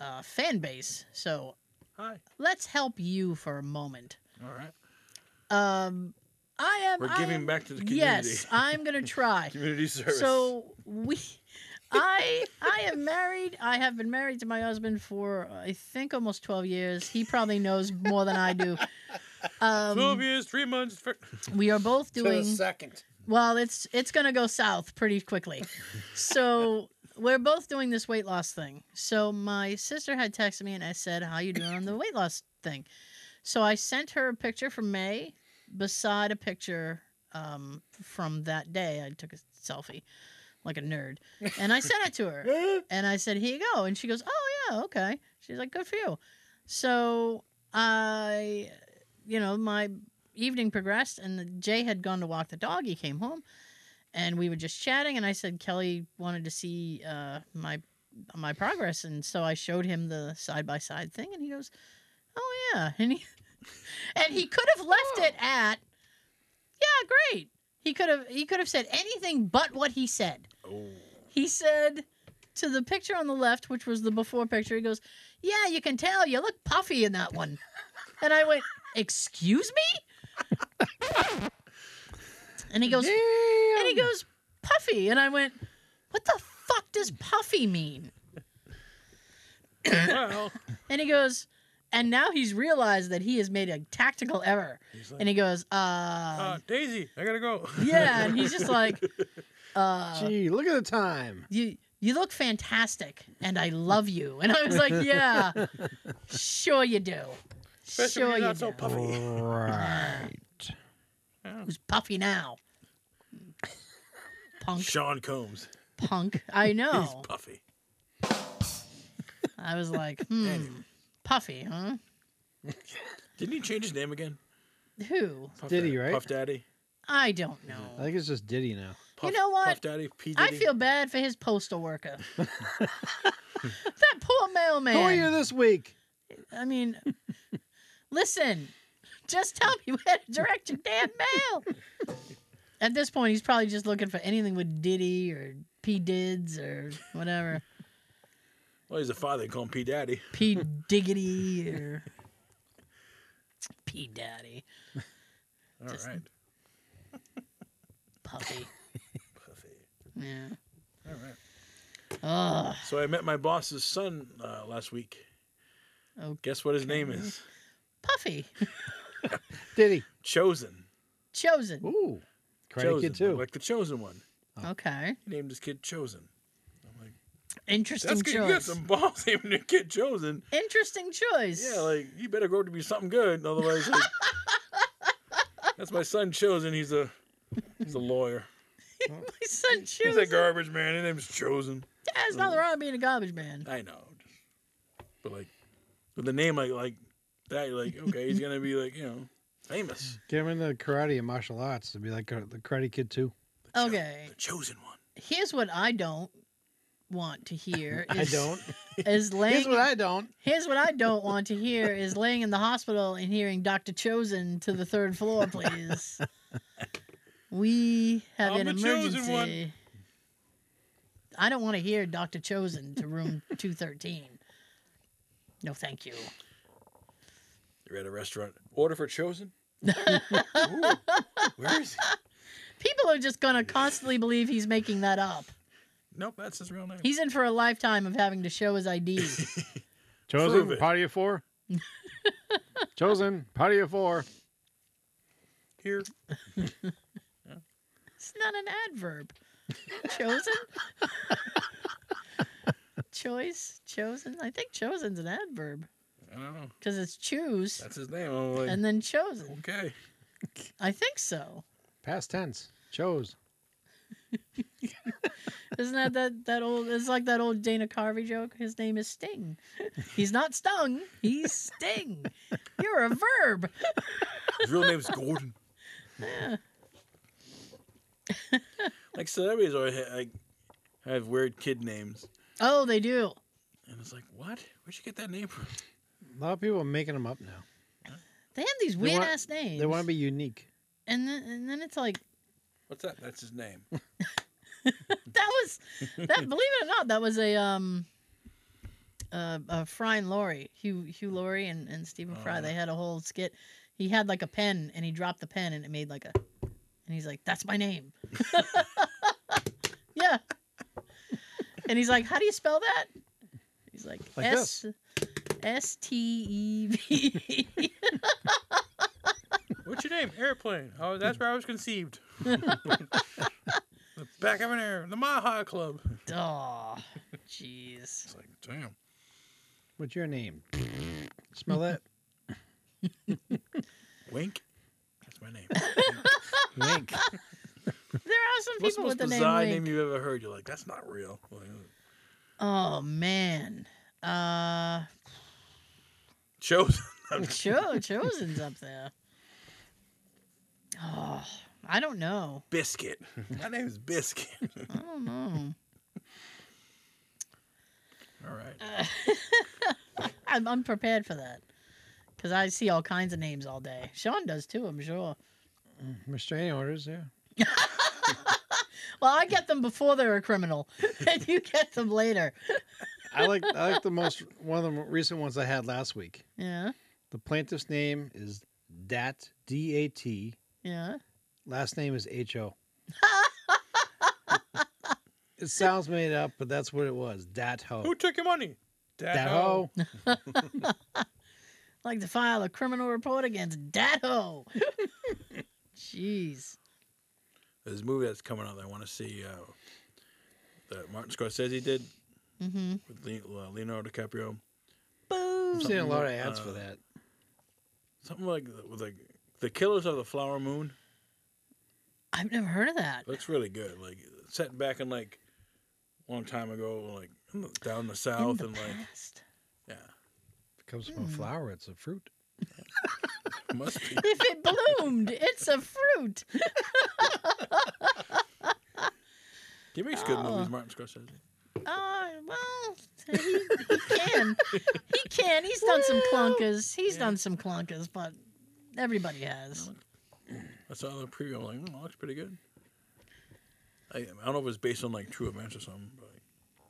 B: uh, fan base. So
E: Hi.
B: let's help you for a moment.
C: All right.
B: Um, I am.
C: We're
B: I
C: giving
B: am-
C: back to the community.
B: Yes, I'm gonna try.
C: Community service.
B: So we, I, I am married. I have been married to my husband for I think almost 12 years. He probably knows more than I do. Um,
E: 12 years, 3 months. fir-
B: We are both doing.
D: second.
B: Well, it's it's gonna go south pretty quickly. so we're both doing this weight loss thing. So my sister had texted me and I said, "How you doing on the weight loss thing?" So I sent her a picture from May beside a picture um, from that day. I took a selfie like a nerd, and I sent it to her. And I said, "Here you go." And she goes, "Oh yeah, okay." She's like, "Good for you." So I, you know, my evening progressed, and the, Jay had gone to walk the dog. He came home, and we were just chatting. And I said Kelly wanted to see uh, my my progress, and so I showed him the side by side thing, and he goes, "Oh yeah," and he and he could have left it at, "Yeah, great." He could have he could have said anything but what he said.
C: Oh.
B: He said to the picture on the left, which was the before picture, he goes, Yeah, you can tell you look puffy in that one. And I went, Excuse me? and he goes, And he
E: Hmm.
B: goes, Puffy. And I went, What the fuck does puffy mean?
E: Well,
B: And he goes, and now he's realized that he has made a tactical error.
C: He's
B: And he goes, uh
E: uh, Daisy, I gotta go.
B: yeah. And he's just like, uh,
D: Gee, look at the time.
B: you you look fantastic and I love you. And I was like, yeah, sure you do.
E: Especially
B: sure
E: when
B: you
E: you're not so
B: do.
E: puffy.
D: right.
B: Who's puffy now? Punk, Oh.
C: Sean Combs.
B: punk. I
C: He's
B: know.
C: puffy.
B: I was like, hmm, puffy, huh?
C: Didn't he change his name again?
B: Who?
C: Puff
D: Diddy,
C: Daddy.
D: right?
C: Puff Daddy.
B: I don't
D: I
B: know.
D: think it's just Diddy now.
C: Puff,
B: know what?
C: Puff Daddy. P
B: I
C: Diddy.
B: feel bad for his postal worker. that poor mailman.
D: Who are you this week?
B: I mean, listen, just tell me where to direct your damn mail. At this point, he's probably just looking for anything with Diddy or P Dids or whatever.
C: Well, he's a father. They call him P Daddy.
B: P Diggity or P Daddy.
C: All right.
B: Just- Puffy.
C: Puffy.
B: Yeah.
C: All right.
B: Ugh.
C: So I met my boss's son uh, last week.
B: Oh.
C: Guess what his name is?
B: Puffy.
D: Diddy.
C: Chosen.
B: Chosen.
D: Ooh. Karate
C: Chosen.
D: Kid too.
C: Like the chosen one.
B: Okay.
C: He named his kid Chosen. I'm like,
B: Interesting
C: that's good. You got
B: choice.
C: some balls naming your kid Chosen.
B: Interesting choice.
C: Yeah, like you better grow to be something good, otherwise. Like, that's my son Chosen. He's a he's a lawyer.
B: My son
C: He's a
B: chosen.
C: garbage man. His name's Chosen.
B: Yeah, There's
D: Mm.
B: nothing wrong with being a garbage man.
C: I know, but like with a name like like that, you're like okay, he's gonna be like you know famous,
D: Get him in the karate and martial arts to be like uh, the Karate Kid too.
B: Okay.
C: the chosen one.
B: Here's what I don't want to hear.
D: I
B: is-
D: don't.
B: is laying.
D: Here's what I don't.
B: don't want to hear is laying in the hospital and hearing Doctor Chosen to the third floor, please. we have
E: I'm
B: an
E: the chosen
B: emergency.
E: one.
B: I don't want to hear Doctor Chosen to room two thirteen. No, thank you.
C: You're at a restaurant. Order for chosen. Ooh, where is he?
B: People are just gonna constantly believe he's making that up.
C: Nope, that's his real name.
B: He's in for a lifetime of having to show his ID.
C: Prove
D: Chosen,
C: it.
D: party of four. Chosen, party of four.
C: Here,
B: It's not an adverb. Chosen? Choice? Chosen? I think chosen's an adverb
C: I don't know.
B: because it's choose
C: That's his name. I'm like,
B: and then chosen.
C: okay.
B: I think so.
D: Past tense. Chose.
B: Isn't that, that that old? It's like that old Dana Carvey joke. His name is Sting. He's not stung. He's Sting. You're a verb.
C: His real name's Gordon.
B: Yeah.
C: Like celebrities always ha- like have weird kid names,
B: Oh, they do.
C: and it's like, what? Where'd you get that name from?
D: A lot of people are making them up now.
B: They have these
D: They
B: weird
D: want-
B: ass names.
D: They want to be unique.
B: And then and then it's like
C: What's that? That's his name.
B: that was that. believe it or not, that was a um. Uh, uh, Fry and Laurie, Hugh Hugh Laurie and, and Stephen Fry,
C: Uh.
B: they had a whole skit. He had like a pen, and he dropped the pen, and it made like a, and he's like, "That's my name." yeah. And he's like, "How do you spell that?" He's like,
D: Like
B: "S S T E V."
E: What's your name? Airplane. Oh, that's where I was conceived. the back of an air. The Mile High Club.
B: Oh, jeez.
C: It's like, damn.
D: What's your name? Smell that?
C: Wink. That's my name.
D: Wink.
B: There are some
C: What's the
B: people
C: most
B: with the
C: bizarre
B: name
C: name,
B: Wink.
C: you've ever heard? You're like, that's not real. Like,
B: Oh man. Uh
C: Chosen.
B: Cho- Chosen's up there. Oh, I don't know.
C: Biscuit. My name is Biscuit.
B: I don't know.
C: All right.
B: Uh, I'm unprepared for that. Cuz I see all kinds of names all day. Sean does too, I'm sure.
D: Restraining orders, yeah.
B: Well, I get them before they're a criminal, and you get them later.
D: I like I like the most one of the recent ones I had last week.
B: Yeah.
D: The plaintiff's name is Dat D A T.
B: Yeah.
D: Last name is H O. it sounds made up, but that's what it was. Dat ho.
E: Who took your money?
D: Dat
E: hoe.
D: ho.
B: Like to file a criminal report against Datto. Jeez.
C: There's a movie that's coming out that I want to see uh, that Martin Scorsese did
B: Mhm.
C: with Le- uh, Leonardo DiCaprio.
D: I've seen a lot of ads for
C: Uh,
D: that.
C: Something like the- with like the Killers of the Flower Moon.
B: I've never heard of that.
C: Looks really good. Like set back in like long time ago, like in the- down in the
B: In
C: south
B: the
C: and like
B: past.
C: yeah,
D: It comes from a flower, it's a fruit.
C: must be.
B: if it bloomed, it's a fruit.
C: He makes good
B: Oh.
C: movies, Martin Scorsese.
B: Oh, well, he, he can. He can. He's done some clunkers. He's
C: Yeah.
B: done some clunkers, but everybody has.
C: I saw the preview. I'm like, mm, looks pretty good. I, I don't know if it's based on like true events or something, but like,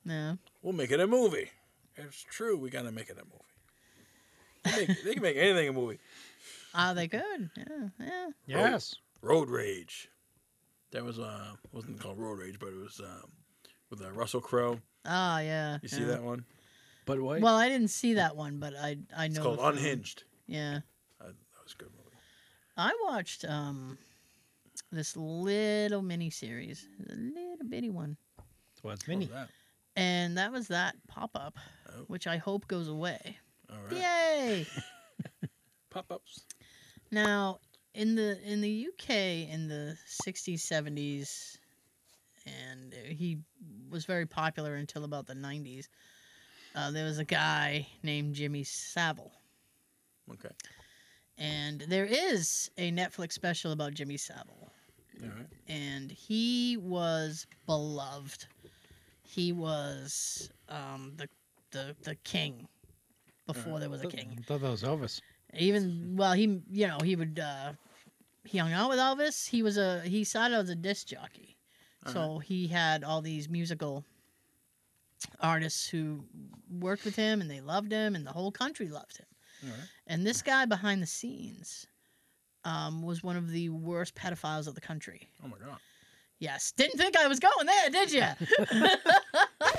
B: Yeah.
C: we'll make it a movie. It's true. We gotta make it a movie. They, make, they can make anything a movie.
B: Ah, they could. Yeah, yeah.
D: Yes.
C: Road Rage. That was uh wasn't called Road Rage, but it was um with uh, Russell Crowe.
B: Ah, yeah.
C: You see
B: yeah.
C: that one?
D: But what?
B: Well, I didn't see that one, but I I know.
C: It's
B: the
C: called
B: film.
C: Unhinged.
B: Yeah.
C: Uh, that was a good movie.
B: I watched um this little mini series, a little bitty one,
D: well, it's
C: What was
D: mini.
C: that?
B: and that was that pop up,
C: Oh.
B: which I hope goes away.
C: All right.
B: Yay!
C: Pop ups.
B: Now, in the in the UK in the 60s, 70s, and uh, he was very popular until about the 90s. Uh, there was a guy named Jimmy Savile,
C: Okay.
B: and there is a Netflix special about Jimmy Savile,
C: All right.
B: and he was beloved. He was um, the the the king before there was a king.
D: I thought that was Elvis.
B: Even well, he you know he would uh, he hung out with Elvis. He was a he started as a disc jockey, so he had all these musical artists who worked with him and they loved him and the whole country loved him.
C: Alright.
B: And this guy behind the scenes um, was one of the worst pedophiles of the country.
C: Oh my god.
B: Yes, didn't think I was going there, did you?
D: Well,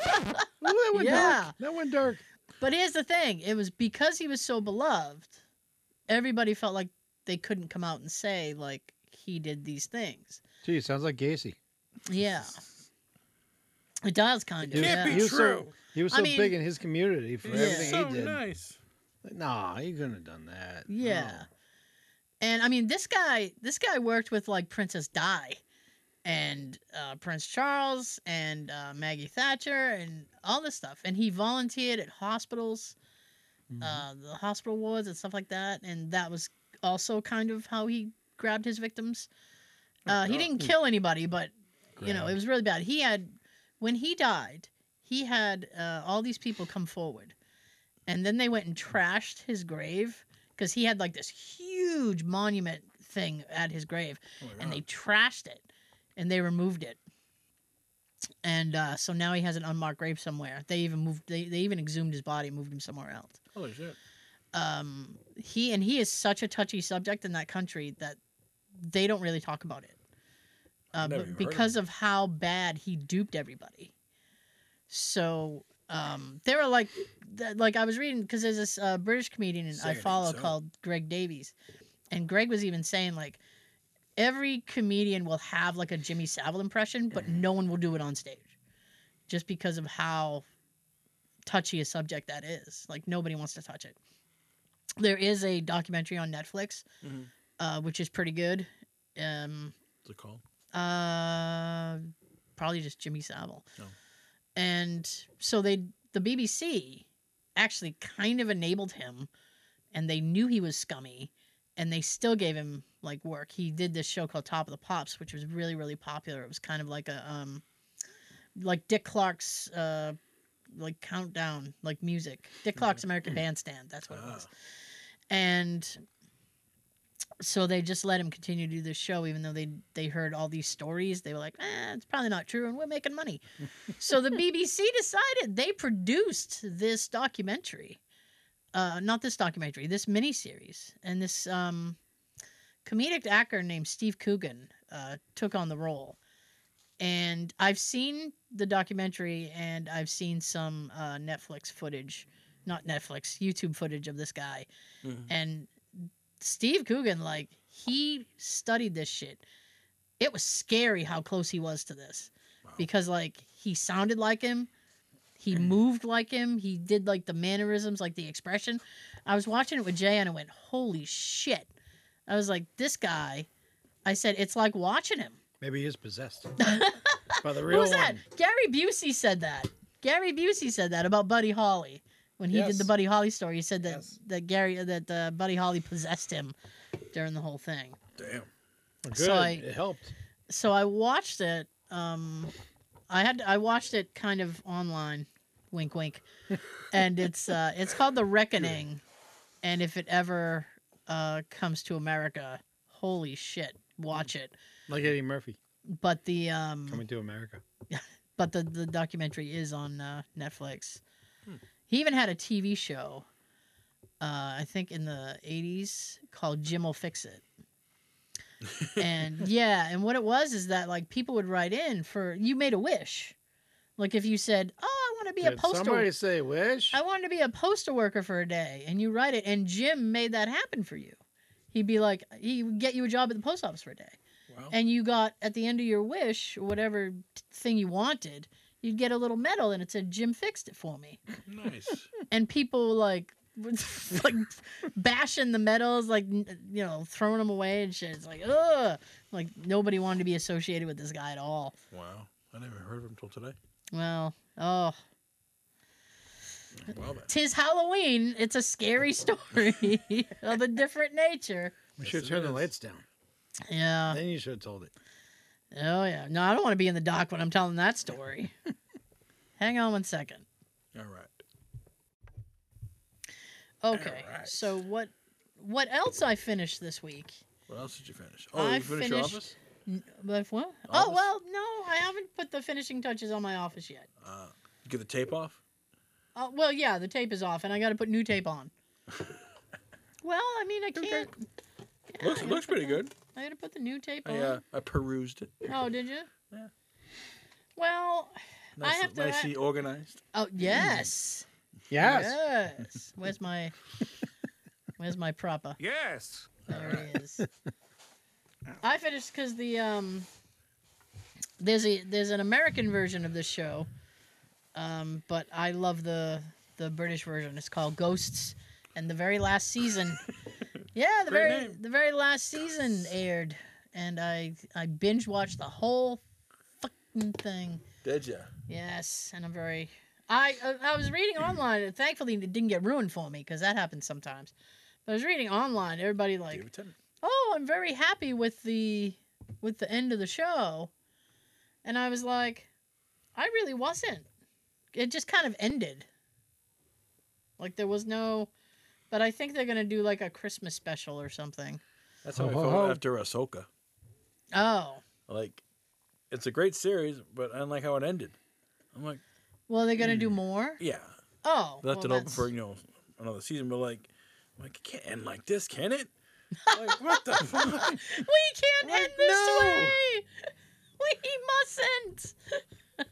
D: that went
B: Yeah.
D: dark. That went dark.
B: But here's the thing: it was because he was so beloved, everybody felt like they couldn't come out and say like he did these things.
D: Gee, sounds like Gacy.
B: Yeah, it does kind of.
D: It
B: Yeah.
E: Can't
D: He
E: be
D: was so-
E: true.
D: He was
B: I
D: so
B: mean-
D: big in his community for
B: Yeah.
D: everything
E: so
D: he did.
E: nice.
D: Like, nah, he couldn't have done that.
B: Yeah. and I mean, this guy, this guy worked with like Princess Di, and uh, Prince Charles and uh, Maggie Thatcher and all this stuff. And he volunteered at hospitals, uh, the hospital wards and stuff like that. And that was also kind of how he grabbed his victims. Uh, he
C: God.
B: didn't kill anybody, but you know
G: Grabbed.
B: it was really bad. He had when he died, he had uh, all these people come forward, and then they went and trashed his grave because he had like this huge monument thing at his grave
C: Oh my
B: and they
C: God.
B: trashed it and they removed it and uh, so now he has an unmarked grave somewhere they even moved they, they even exhumed his body and moved him somewhere else
C: Holy shit.
B: um, he and he is such a touchy subject in that country that they don't really talk about it uh,
C: I've
B: but
C: never even heard of
B: because of how bad he duped everybody so um, there are like th- like i was reading because there's this uh, british comedian
C: Say
B: i
C: it ain't
B: follow
C: so.
B: called greg davies and greg was even saying like every comedian will have like a jimmy savile impression but
C: Mm-hmm.
B: no one will do it on stage just because of how touchy a subject that is. Like nobody wants to touch it. There is a documentary on Netflix,
C: Mhm.
B: uh, which is pretty good. Um,
C: What's it called?
B: uh, probably just Jimmy Savile.
C: Oh.
B: And so they, the BBC, actually kind of enabled him, and they knew he was scummy, and they still gave him like work. He did this show called Top of the Pops, which was really really popular. It was kind of like a um, like Dick Clark's uh, like countdown like music. Dick Clark's American Bandstand. That's
C: Ah.
B: what it was. And so they just let him continue to do this show, even though they they heard all these stories. They were like, eh, it's probably not true, and we're making money. so the BBC decided they produced this documentary, uh, not this documentary, this miniseries, and this um, comedic actor named Steve Coogan uh, took on the role. And I've seen the documentary, and I've seen some uh, Netflix footage, not Netflix, YouTube footage of this guy,
C: Mhm.
B: and Steve Coogan, like he studied this shit. It was scary how close he was to this,
C: Wow.
B: because like he sounded like him, he moved like him, he did like the mannerisms, like the expression. I was watching it with Jay, and I went, "Holy shit!" I was like, "This guy." I said, "It's like watching him."
D: Maybe he is possessed by the real
B: Who's that?
D: one.
B: Gary Busey said that. Gary Busey said that about Buddy Holly when he did the
D: Yes.
B: Buddy Holly story. He said that
D: Yes.
B: that Gary that uh, Buddy Holly possessed him during the whole thing.
C: Damn.
D: Good.
B: So I-
D: it helped.
B: So I watched it. Um, I had I watched it kind of online, wink wink, and it's uh, it's called The Reckoning, and if it ever uh, comes to America, holy shit, watch it.
D: Like Eddie Murphy
B: But the um,
D: coming to America.
B: but the, the documentary is on uh, Netflix.
C: Hmm.
B: He even had a TV show, uh, I think in the 80s, called Jim Will Fix It. and yeah, and what it was is that like people would write in for you made a wish. Like if you said, "Oh, I want to be a
D: Did
B: postal
D: somebody say wish?
B: I wanted to be a postal worker for a day, and you write it, and Jim made that happen for you. He'd be like, he would get you a job at the post office for a day
C: Wow.
B: and you got at the end of your wish whatever t- thing you wanted you'd get a little medal and it said jim fixed it for me
C: Hmm. nice.
B: and people like would, like bashing the medals like n- you know throwing them away and shit it's like ugh like nobody wanted to be associated with this guy at all
C: Wow. I never heard of him till today.
B: well oh
C: Wow. That.
B: tis halloween it's a scary story of a different nature
D: we
C: Yes,
D: should
C: it
D: turn the
C: is.
D: lights down.
B: yeah
D: then you should have told it.
B: oh yeah no i don't want to be in the dock when i'm telling that story hang on one second
C: All right.
B: Okay.
C: Alright.
B: So what what else I finished this week?
C: What else did you finish? Oh,
B: I
C: you finished, your
B: finished-
C: office?
B: N- But what? Oh
C: Office?
B: well, no, I haven't put the finishing touches on my office yet.
C: Uh, you get the tape off?
B: Uh, well, yeah, the tape is off, and I got to put new tape on. well, I mean, I can't. Yeah,
C: looks
B: I gotta
C: looks
B: put
C: pretty
B: the-
C: good.
B: I got to put the new tape on.
C: I, uh, I perused it.
B: Oh, did you?
C: Yeah.
B: Well,
C: Nice,
B: have to-
C: nicely organized.
B: oh yes,
D: Yes.
B: yes. Where's my Where's my proper?
E: Yes.
B: There he is. I finished because the um, there's a there's an American version of this show, um, but I love the the British version. It's called Ghosts, and the very last season, yeah, the
E: Great
B: very
E: name.
B: the very last season aired, and I I binge watched the whole fucking thing.
C: Did ya?
B: Yes, and I'm very. I I- I was reading online, and thankfully it didn't get ruined for me because that happens sometimes. But I was reading online, everybody like,
C: David Tennant.
B: oh i'm very happy with the with the end of the show and i was like i really wasn't it just kind of ended like there was no but i think they're gonna do like a christmas special or something
C: That's how
D: Ho, ho,
C: I felt
D: ho.
C: after Ahsoka.
B: oh
C: Like, it's a great series, but I don't like how it ended. I'm like,
B: well they're gonna
C: Hmm.
B: do more
C: yeah,
B: oh
C: left
B: well,
C: it open
B: that's-
C: for you know another season, but like, I'm like it can't end like this, can it?
E: Like, what the fuck?
B: we can't end this
E: no.
B: way we mustn't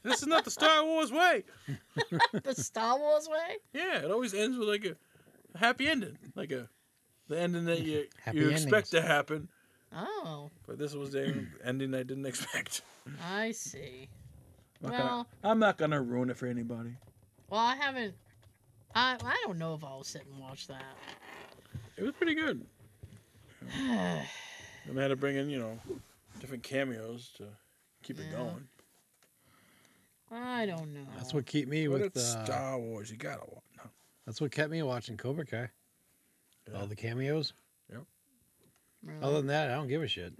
E: This is not the Star Wars way.
B: the star wars way
C: Yeah, it always ends with like a, a happy ending, like a the ending that you
D: Happy
C: you expect
D: endings.
C: to happen.
B: oh
C: But this was the ending I didn't expect.
B: i see
C: I'm not,
B: well
C: gonna, I'm not gonna ruin it for anybody.
B: Well, I haven't. I I don't know if I'll sit and watch that.
C: It was pretty good. And they had to bring in you know different cameos to keep it
B: Yeah.
C: going.
B: I don't know.
D: That's what keep me
C: But
D: with
C: it's
D: uh,
C: Star Wars. You gotta watch. No.
D: that's what kept me watching Cobra Kai.
C: Yeah.
D: All the cameos.
B: Really.
D: Other than that, I don't give a shit.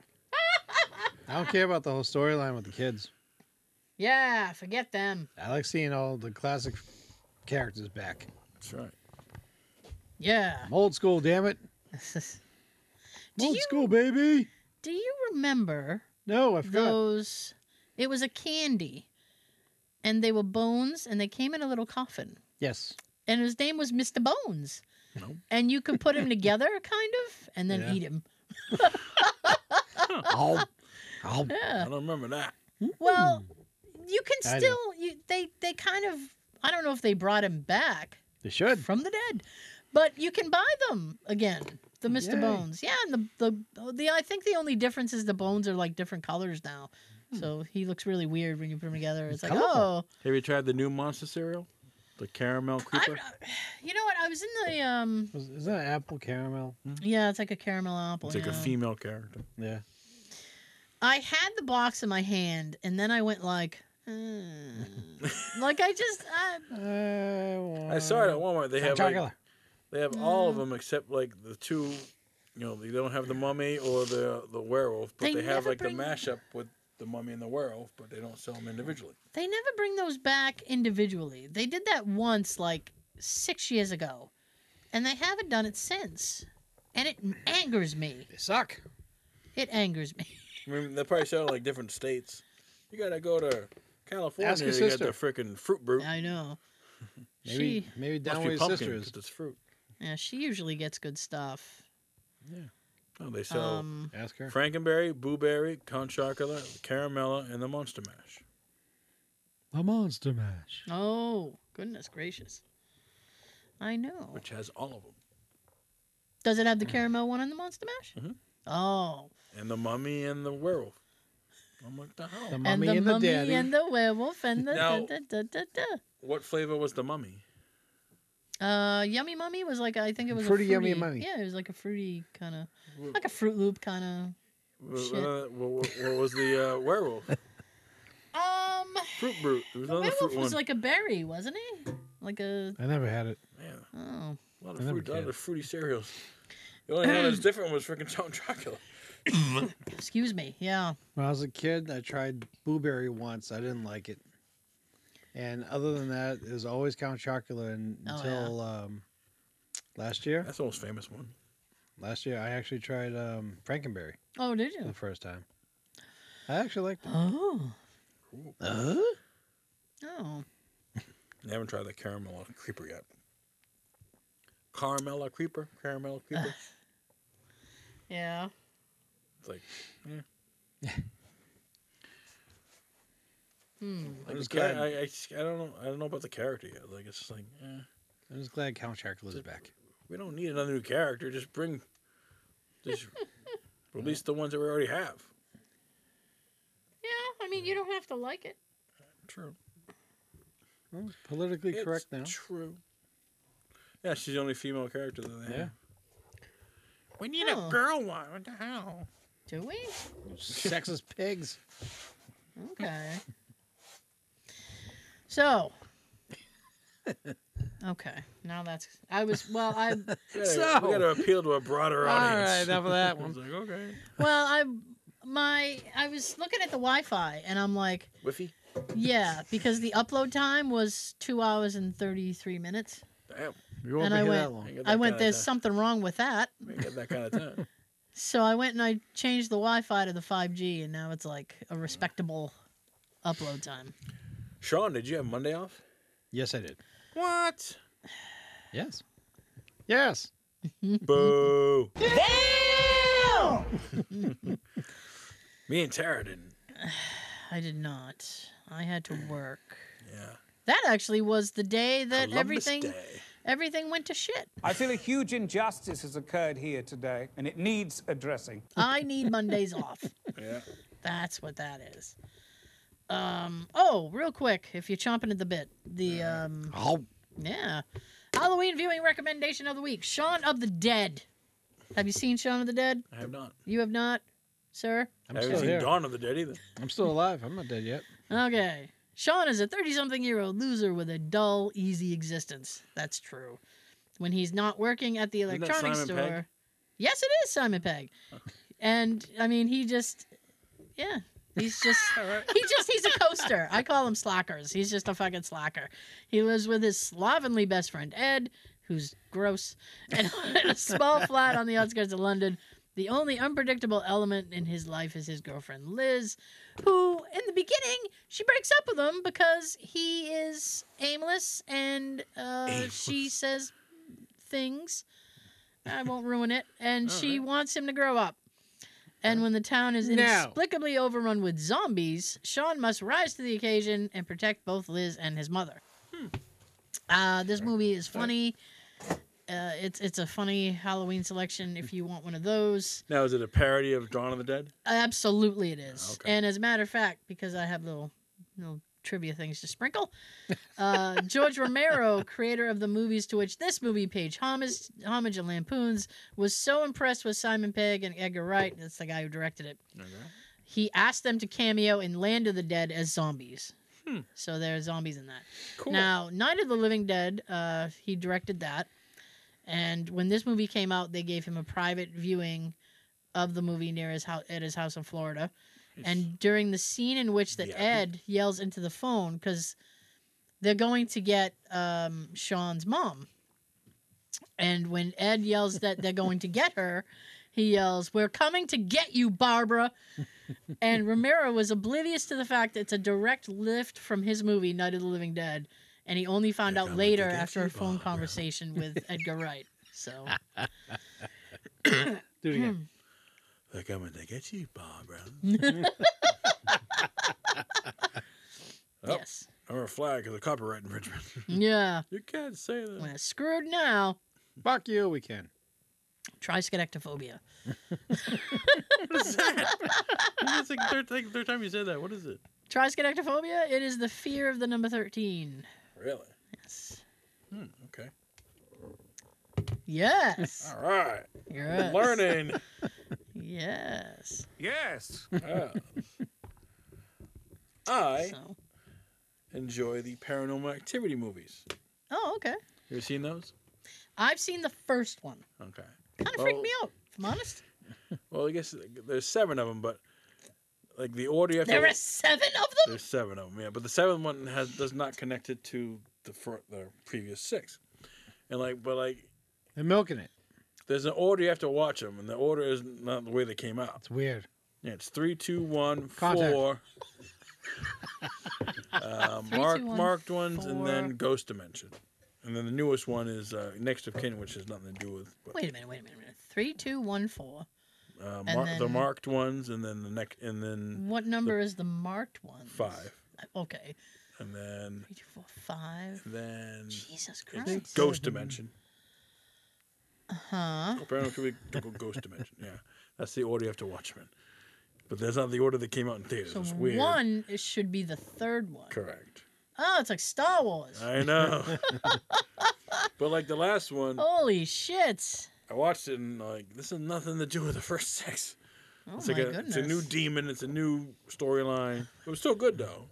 D: I don't care about the whole storyline with the kids.
B: yeah, forget them.
D: I like seeing all the classic characters back.
C: That's right.
B: Yeah.
D: I'm old school, damn it. I'm
B: Do
D: old
B: you-
D: school, baby.
B: Do you remember
D: No, I forgot.
B: those? It was a candy, and they were bones, and they came in a little coffin,
D: Yes.
B: and his name was Mister Bones.
C: No.
B: And you could put him together, kind of, and then
D: Yeah.
B: eat him.
D: Oh, oh.
B: Yeah.
C: I don't remember that.
B: Well, you can
D: I know.
B: still. You, they they kind of. I don't know if they brought him back.
D: They should.
B: from the dead. But you can buy them again, the Mr.
D: Yay.
B: Bones. Yeah, and the, the the I think the only difference is the bones are like different colors now. So he looks really weird when you put them together. It's like,
D: Hmm. Colorful.
C: Have you tried the new monster cereal, the caramel
B: oh, I,
C: creeper?
B: you know what? I was in the um,
D: Was- Is that apple caramel?
B: yeah, it's like a caramel apple.
C: It's like a
B: yeah.
C: female character.
D: Yeah.
B: I had the box in my hand, and then I went like, hmm. like I just, I,
C: I saw it at Walmart. They have like,
D: Chocolate.
C: They have all of
B: Mm.
C: them except like the two. You know, they don't have the mummy or the the werewolf, but
B: They
C: they, have
B: never
C: like the
B: bring-
C: mashup with the mummy and the werewolf, but they don't sell them individually.
B: They never bring those back individually. They did that once, like six years ago, and they haven't done it since. And it angers me.
D: They suck.
B: It angers me.
C: I mean, they probably sell in, like different states. You gotta go to California.
D: Ask your
C: you got
D: sister.
C: the freaking fruit brute.
B: I know.
D: Maybe
B: She,
D: maybe down
C: Must
D: with
C: be
D: his
C: pumpkin
D: sisters.
C: 'cause it's fruit.
B: yeah, she usually gets good stuff.
C: No, Oh, they sell
B: um,
D: Ask her.
C: Frankenberry, Blueberry, Count Chocula, Caramella, and the Monster Mash.
D: The Monster Mash.
B: oh goodness gracious! I know.
C: which has all of them.
B: Does it have the caramel one on the Monster Mash?
C: Mhm.
D: Mm-hmm.
B: Oh,
C: And the mummy and the werewolf. I'm like, the hell?
D: The
B: and
D: mummy
B: the
D: and the
B: mummy
D: daddy.
B: and the werewolf and the da,
C: Now-
B: da, da, da, da.
C: what flavor was the mummy?
B: Uh, yummy mummy was like I think it was
D: Fruity
B: a
D: Yummy
B: fruity,
D: Mummy.
B: Yeah, it was like a fruity kind of.
C: Wha-
B: like a Fruit Loop kind of.
C: wha-
B: shit.
C: wha- wha- What, was the uh, werewolf?
B: Um,
C: Fruit brute. There was
B: the
C: another
B: werewolf
C: fruit
B: was
C: one.
B: like a berry, wasn't he? Like a
D: I never had it.
C: Man,
B: oh.
C: a lot of,
D: I never
C: fruit, a lot
D: cared.
C: of fruity cereals. The only one that's different was freaking Count Chocula.
B: Excuse me. Yeah.
D: When I was a kid, I tried blueberry once. I didn't like it. And other than that, it was always Count Chocula and,
B: Oh,
D: until um, last year.
C: That's the most famous one.
D: Last year, I actually tried um, Frankenberry
B: Oh, did
D: for the
B: you?
D: first time. I actually liked it.
B: Oh.
D: Uh?
B: Oh.
C: I haven't tried the caramel creeper yet. Caramella creeper? Caramel creeper?
B: Yeah.
C: It's like,
B: Hmm.
C: like
D: just
C: the char-
D: glad-
C: I, I, just- I don't know. I don't know about the character yet. Like it's just like, eh,
D: I'm just glad Count Chocula's back.
C: we don't need another new character. Just bring, just release the ones that we already have.
B: Yeah. I mean, you don't have to like it.
C: True.
D: Well, it's politically
C: It's
D: correct now.
C: True. Yeah, she's the only female character that they
D: Yeah.
C: have.
E: We need
B: Oh.
E: a girl one. What the hell?
B: Do we?
D: You sexist pigs.
B: Okay. So. Okay. Now that's. I was. Well, I.
C: Yeah,
D: So-
C: we got to appeal to a broader
D: All
C: audience.
D: right, enough of that
C: I was
D: one.
C: like, okay.
B: Well, I. My. I was looking at the Wi Fi and I'm like,
C: Whiffy?
B: yeah, because the upload time was two hours and 33 minutes.
C: Damn.
D: We
B: And
D: won't be
B: I
D: here
B: went-
D: that long.
C: ain't got
B: I
C: that
B: went,
C: kinda
B: there's
C: time.
B: something wrong with that.
C: We ain't got that kind of time.
B: So I went and I changed the Wi Fi to the 5G and now it's like a respectable upload time.
C: Sean, did you have Monday off?
D: Yes, I did.
E: What?
D: Yes. Yes.
C: Boo. Me and Tara didn't.
B: I did not. I had to work.
C: Yeah.
B: That actually was the day that
C: Columbus
B: everything
C: Day.
B: everything went to shit.
G: I feel a huge injustice has occurred here today, and it needs addressing.
B: I need Mondays off.
C: Yeah.
B: That's what that is. Um. Oh, real quick, if you're chomping at the bit, the um.
D: Oh,
B: Yeah. Halloween viewing recommendation of the week: Shaun of the Dead. Have you seen Shaun of the Dead?
C: I have not.
B: You have not, sir.
D: I'm
C: I haven't
D: still
C: seen
D: here.
C: Dawn of the Dead either.
D: I'm still alive. I'm not dead yet.
B: Okay. Sean is a 30 something year old loser with a dull, easy existence. That's true. When he's not working at the
C: Isn't that
B: electronics
C: Simon
B: store.
C: Pegg?
B: Yes, it is Simon Pegg. And I mean, he just, yeah, he's just, he just, he's a coaster. I call him slackers. He's just a fucking slacker. He lives with his slovenly best friend, Ed, who's gross, and in a small flat on the outskirts of London. The only unpredictable element in his life is his girlfriend, Liz, who, in the beginning, she breaks up with him because he is aimless and uh, she says things. I won't ruin it. And she wants him to grow up. And when the town is
D: Now.
B: inexplicably overrun with zombies, Sean must rise to the occasion and protect both Liz and his mother. Uh, this movie is funny. Uh, it's it's a funny Halloween selection if you want one of those.
C: Now, is it a parody of Dawn of the Dead?
B: Absolutely, it is.
C: Okay.
B: And as a matter of fact, because I have little, little trivia things to sprinkle, uh, George Romero, creator of the movies to which this movie pays homage, homage and lampoons, was so impressed with Simon Pegg and Edgar Wright, that's the guy who directed it. He asked them to cameo in Land of the Dead as zombies. So there are zombies in that.
C: Cool.
B: Now, Night of the Living Dead, uh, he directed that. And when this movie came out, they gave him a private viewing of the movie near his house at his house in Florida. And during the scene in which that
C: Yeah.
B: Ed yells into the phone because they're going to get um, Sean's mom, and when Ed yells that they're going to get her, he yells, "We're coming to get you, Barbara." and Romero was oblivious to the fact that it's a direct lift from his movie Night of the Living Dead, and he only found
C: They're
B: out
C: coming
B: later
C: to get
B: after
C: you,
B: a phone
C: Barbara.
B: conversation with Edgar Wright. So hmm,
D: Do it again.
C: They're coming to get you, Barbara. Oh.
B: yes,
C: Or a flag of the copyright infringement.
B: yeah,
C: you can't say that.
B: we're screwed now.
D: Hmm. Fuck you. We can.
B: Try scatectophobia.
C: What is that? That's like third, like third time you said that. What is it?
B: Try scatectophobia. It is the fear of the number thirteen.
C: Really?
B: Yes.
C: Hmm, okay.
B: Yes.
C: All right.
B: yes.
C: Learning.
B: Yes.
G: Yes.
C: Yeah. Ah. I
B: So.
C: enjoy the paranormal activity movies.
B: Oh, okay.
C: You ever seen those?
B: I've seen the first one.
C: Okay.
B: Kind of freaked
C: Well-
B: me out, if I'm honest.
C: Well, I guess there's seven of them, but like the order you have
B: There
C: to.
B: are seven of them?
C: There's seven of them, yeah. But the seventh one has does not connect it to the fir- the previous six, and like, but like,
D: They're milking it.
C: there's an order you have to watch them, and the order is not the way they came out.
D: It's weird.
C: Yeah, it's three, two, one,
D: Contact.
C: four. uh,
B: Three,
C: mark,
B: two, one,
C: marked ones, and
B: four.
C: then Ghost Dimension, and then the newest one is uh, Next of Kin, which has nothing to do with but,
B: Wait a minute, wait a minute. wait a minute. Three, two, one, four.
C: uh, mar- the
B: then-
C: marked ones, and then the next, and then
B: What number is the marked one?
C: five,
B: Okay.
C: and then
B: Three, two, four, five.
C: then
B: Jesus
C: it's
B: Christ.
C: Mm. Ghost Dimension.
B: Huh?
C: Paranormal Activity to go Ghost Dimension. Yeah, that's the order you have to watch them in. But that's not the order that came out in theaters.
B: So
C: it's weird.
B: one is- should be the third one.
C: Correct.
B: Oh, it's like Star Wars.
C: I know. but like the last one,
B: Holy shit.
C: I watched it and like this is nothing to do with the first six.
B: Oh
C: It's
B: my
C: like a,
B: goodness.
C: it's a new demon. It's a new storyline. It was still good though.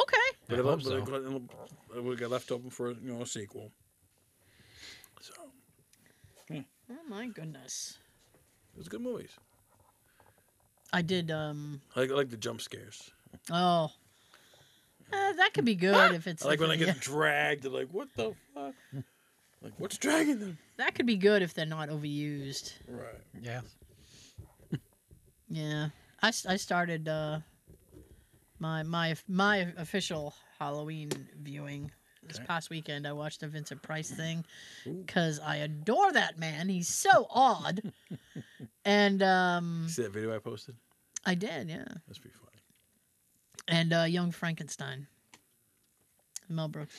B: okay.
C: But
H: I
C: it
H: hope
C: but it
H: so.
C: got- it would get left open for you know a sequel. So it
B: Oh my goodness.
C: was good movies.
B: I did. Um.
C: I like, I like the jump scares.
B: Oh. Uh, that could be good if it's
C: I like when I
B: if-
C: get
B: yeah.
C: dragged. They're like, what the fuck? like, what's dragging them?
B: that could be good if they're not overused.
C: Right.
H: Yeah.
B: Yeah, I, s- I started uh, my my my official Halloween viewing this
C: Okay.
B: past weekend. I watched the Vincent Price thing because I adore that man. He's so odd, and um,
C: See that video I posted?
B: I did, yeah.
C: That's pretty funny.
B: And uh, Young Frankenstein, Mel Brooks,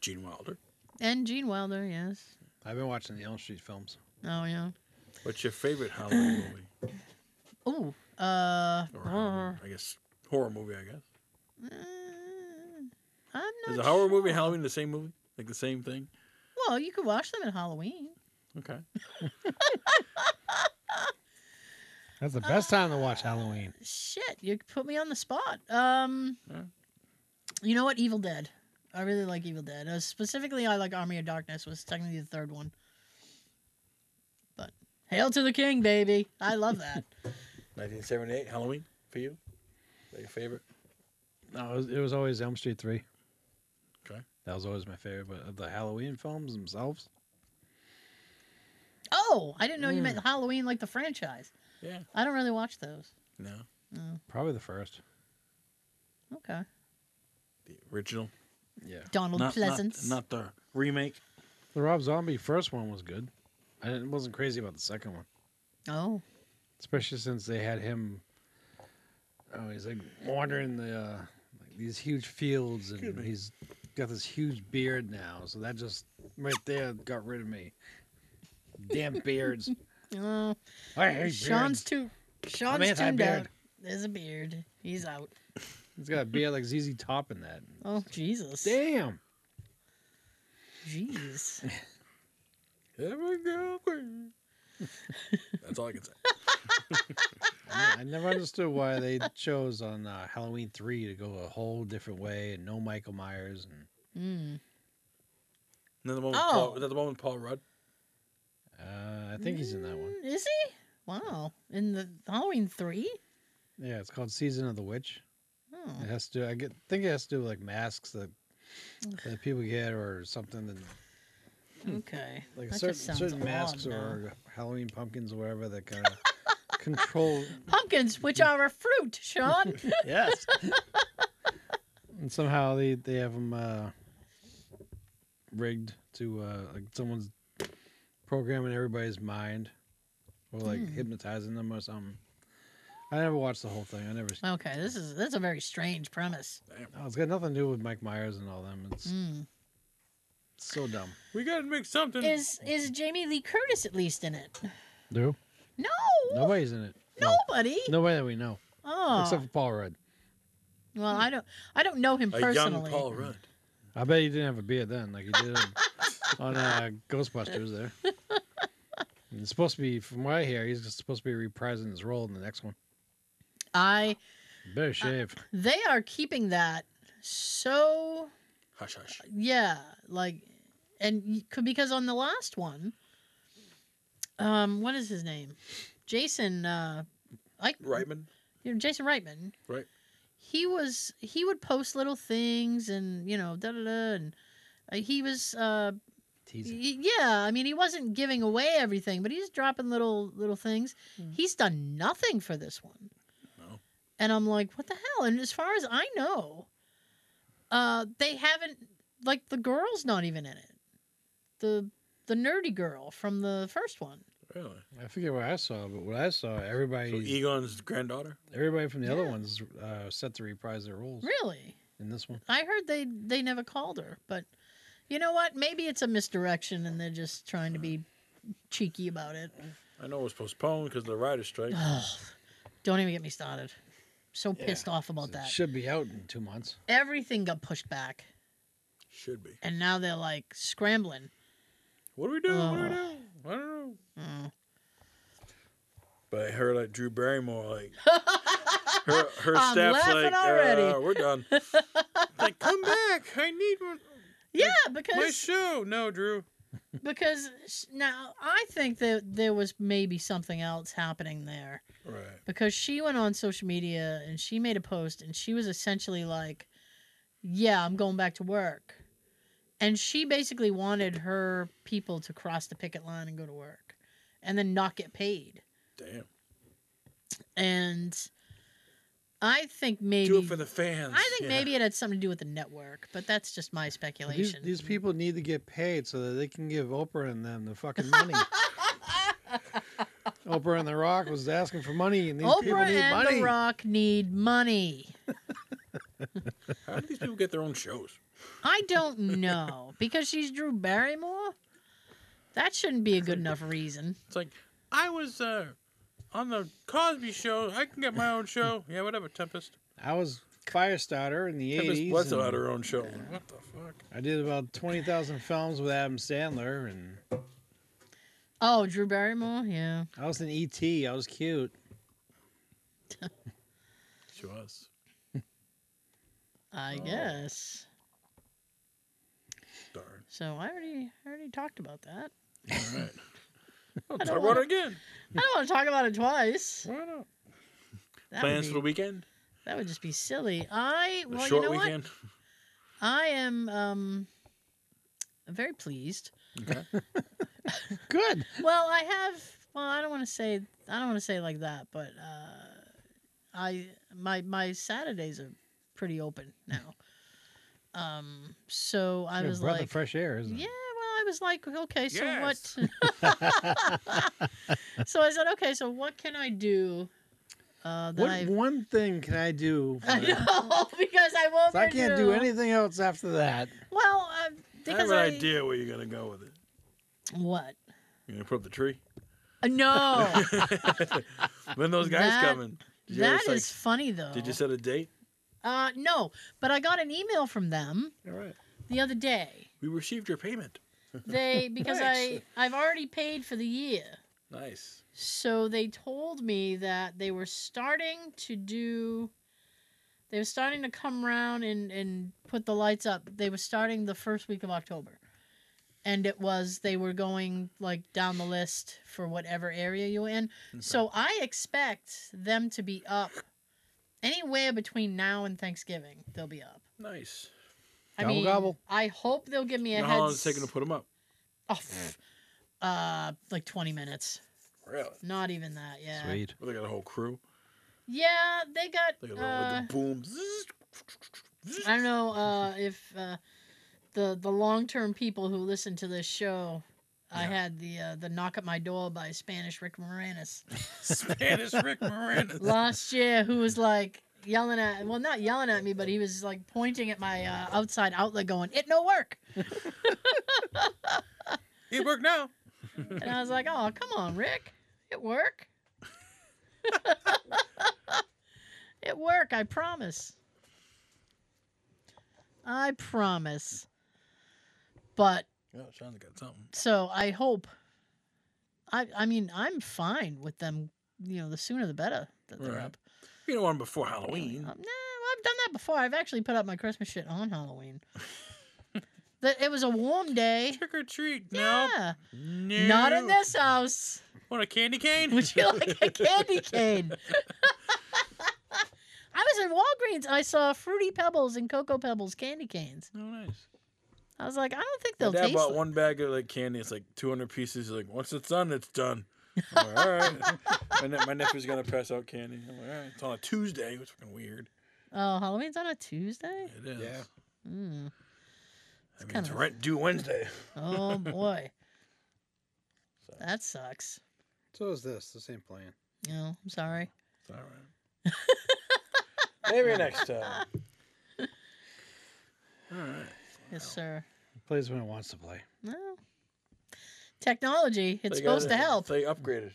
C: Gene Wilder.
B: and Gene Wilder. Yes.
D: I've been watching the Elm Street films.
B: Oh yeah.
C: What's your favorite Halloween movie?
B: Ooh. Uh.
C: Or Halloween, I guess horror movie. I guess
B: mm, I'm
C: is
B: not.
C: a horror
B: sure.
C: movie and Halloween the same movie? Like the same thing?
B: Well, you could watch them at Halloween.
C: Okay.
D: That's the best time to watch Halloween.
B: Shit, you put me on the spot. Um,
C: Yeah.
B: you know what? Evil Dead. I really like Evil Dead. Uh, specifically, I like Army of Darkness. Was technically the third one. But hail to the king, baby! I love that.
C: 1978 Halloween for you? Is that your favorite?
D: No, it was, it was always Elm Street three.
C: Okay.
D: That was always my favorite. But of the Halloween films themselves,
B: oh, I didn't know you meant Halloween like the franchise.
C: Mm. Yeah.
B: I don't really watch those.
C: No,
D: probably the first.
B: Okay.
C: the original.
D: Yeah.
B: Donald
C: Not, not,
B: Pleasance.
C: not the remake.
D: The Rob Zombie first one was good. I didn't, wasn't crazy about the second one,
B: Oh,
D: especially since they had him. Oh, he's like wandering the uh, like these huge fields, and he's got this huge beard now. So that just right there got rid of me. Damn beards!
B: oh.
D: I hate
B: Sean's
D: beards.
B: too.
D: I'm
B: Sean's tuned out.
D: anti-beard.
B: There's a beard. He's out.
D: He's got a beard like ZZ Top in that.
B: Oh Jesus.
D: Damn.
B: Jeez.
C: Here we go. That's all I can say.
D: I I never understood why they chose on uh, Halloween three to go a whole different way and no Michael Myers and
B: Mm.
C: Another one. With Paul,
B: Oh.
C: is that the one with Paul Rudd?
D: uh, I think he's in that one.
B: Mm, Is he? Wow. In the Halloween three? Mm.
D: Yeah, it's called Season of the Witch.
B: Oh.
D: It has to. I get, think it has to do with like masks that that people get or something that Hmm.
B: Okay.
D: like
B: That
D: certain
B: just sounds
D: certain
B: odd
D: masks
B: now.
D: or Halloween pumpkins or whatever that kind of control.
B: Pumpkins, which are a fruit, Sean.
D: Yes. and somehow they they have them uh, rigged to uh, like someone's programming everybody's mind or like
B: Hmm.
D: hypnotizing them or something. I never watched the whole thing. I never.
B: okay, this is that's a very strange premise.
D: Oh, it's got nothing to do with Mike Myers and all them. It's
B: Mm.
D: so dumb.
E: We gotta make something.
B: Is is Jamie Lee Curtis at least in it?
D: Do
B: No.
D: nobody's in it. No.
B: Nobody.
D: Nobody that we know,
B: Oh.
D: except for Paul Rudd.
B: well, I don't I don't know him
C: A young
B: personally.
C: Paul Rudd.
D: I bet he didn't have a beard then, like he did on, on uh, Ghostbusters. There, And it's supposed to be, from what I hear, he's just supposed to be reprising his role in the next one.
B: I Uh,
D: Better shave.
B: they are keeping that so
C: Hush hush.
B: Yeah, like, and y- c- because on the last one, um, what is his name? Jason, uh, I
C: Reitman.
B: you know, Jason Reitman.
C: Right.
B: He was he would post little things and you know da da da and uh, he was uh
D: Teasing.
B: y- yeah I mean he wasn't giving away everything but he's dropping little little things. He's done nothing for this one.
C: No.
B: And I'm like, what the hell? And as far as I know, uh, they haven't like the girl's not even in it. The the nerdy girl from the first one.
C: Really?
D: I forget what I saw, but what I saw, everybody,
C: So Egon's granddaughter.
D: everybody from the other
B: Yeah.
D: ones uh, set to reprise their roles
B: Really?
D: in this one.
B: I heard they they never called her, but you know what? Maybe it's a misdirection and they're just trying to be cheeky about it.
C: I know it was postponed because of the writer's strike.
B: Don't even get me started. So pissed off about
D: It
B: that.
D: should be out in two months.
B: Everything got pushed back,
C: Should be.
B: and now they're like scrambling. Uh.
C: What do we do? What do we
B: Ugh.
C: Mm. do? I don't know. But I heard like Drew Barrymore. Like her, her
B: I'm
C: staff's
B: laughing
C: like,
B: already.
C: uh, we're done.
E: Like, come back. I need one-
B: Yeah,
E: my
B: because
E: show. No, Drew.
B: because sh- now I think that there was maybe something else happening there
C: Right.
B: because she went on social media and she made a post and she was essentially like, "Yeah, I'm going back to work," and she basically wanted her people to cross the picket line and go to work, and then not get paid.
C: Damn.
B: And I think maybe
C: Do it for the fans.
B: I think
C: Yeah.
B: maybe it had something to do with the network, but that's just my
D: Oh, These,
B: speculation.
D: these people need to get paid so that they can give Oprah and them the fucking money. Oprah and The Rock was asking for money, and these people
B: Oprah
D: need
B: and
D: money.
B: The Rock need money.
C: How do these people get their own shows?
B: I don't know because she's Drew Barrymore. That shouldn't be a good enough reason.
E: It's like, I was uh, on the Cosby show. I can get my own show. Yeah, whatever, Tempest.
D: I was Firestarter in the
C: Tempest
D: 80s.
C: Bledsoe
D: and
C: had her own show. Like, what the fuck?
D: I did about 20,000 films with Adam Sandler, and
B: Oh, Drew Barrymore, yeah.
D: I was in E.T. I was cute.
C: She was.
D: Oh.
B: I guess.
C: Darn.
B: So I already I already talked about that.
C: All right.
E: I'll
B: don't
E: talk about
B: wanna-
E: it again.
B: I don't want to talk about it twice.
E: Why not?
B: That would,
C: Plans
B: be,
C: for the weekend?
B: that would just be silly. I
C: The
B: well, you
C: short
B: know what?
C: weekend?
B: I am um very pleased.
C: Okay.
D: Good.
B: Well, I have. Well, I don't want to say. I don't want to say it like that, but uh, I my my Saturdays are pretty open now. Um, so I
D: It's a
B: was
D: breath
B: like,
D: of fresh air, isn't
B: yeah.
D: it?
B: Well, I was like, okay, so
E: Yes.
B: what? so I said, okay, so what can I do? Uh, that
D: What
B: I,
D: one thing can I do? for
B: I
D: that?
B: know because I won't.
D: 'Cause I can't do
B: renew.
D: anything else after that.
B: Well, uh, because
C: I have an idea where you're going to go with it.
B: What?
C: You're going to put up the tree?
B: Uh, No,
C: When those guys
B: Uh, That-
C: coming? Did you
B: that
C: already, like,
B: is funny though.
C: Did you set a date?
B: Uh, no, but I got an email from them
C: All right.
B: the other day.
C: We received your payment.
B: They because I
C: Thanks.
B: I've already paid for the year,
C: Nice.
B: so they told me that they were starting to do. They were starting to come around and and put the lights up. They were starting the first week of October, and it was they were going like down the list for whatever area you were in. So I expect them to be up anywhere between now and Thanksgiving. They'll be up.
C: Nice.
B: I
D: Gobble,
B: mean,
D: gobble.
B: I hope they'll give me a
C: Now,
B: heads.
C: how long is it taking to put them up?
B: Oh, pff, uh, like twenty minutes.
C: Really?
B: Not even that. Yeah.
D: Sweet.
C: Well, they got a whole crew.
B: Yeah, they
C: They
B: got.
C: got a little,
B: Uh,
C: like a boom.
B: I don't know uh, if uh, the the long term people who listen to this show. I
C: Yeah.
B: had the uh, the knock at my door by Spanish Rick Moranis
E: Spanish Rick Moranis.
B: last year, who was like yelling at well, not yelling at me, but he was like pointing at my uh, outside outlet, going, "It no work,"
E: It worked now.
B: and I was like, "Oh, come on, Rick, it work." it work, I promise. I promise. But
C: Yeah, Oh, Sean's got something.
B: so I hope. I I mean I'm fine with them. You know, the sooner the better that they're
C: Right.
B: up.
C: You don't want them before
B: Um,
C: Halloween.
B: no, I've done that before. I've actually put up my Christmas shit on Halloween. that it was a warm day.
E: Trick or treat.
B: Yeah,
E: No.
B: not in
E: No.
B: this house.
E: What, a candy cane?
B: Would you like a candy cane? I was in Walgreens. I saw Fruity Pebbles and Cocoa Pebbles candy canes.
C: Oh, nice.
B: I was like, I don't think
C: My
B: they'll
C: dad
B: taste.
C: bought
B: it.
C: one bag of like candy. It's like 200 pieces. He's like once it's done, it's done. I'm like, all right. my, ne- my nephew's gonna pass out candy. I'm like, all right. It's on a Tuesday. It's fucking weird.
B: Oh, Halloween's on a Tuesday.
C: It is.
D: Yeah.
B: Mm.
C: I mean,
B: kinda-
C: it's rent due Wednesday.
B: Oh boy,
C: So,
B: that sucks.
D: So is this the same plan?
B: No, I'm sorry.
C: it's all right. Maybe next time. All right.
B: Yes, sir.
D: It plays when it wants to play.
B: No. Technology, it's
C: They got
B: supposed
C: it.
B: to help.
C: They upgraded.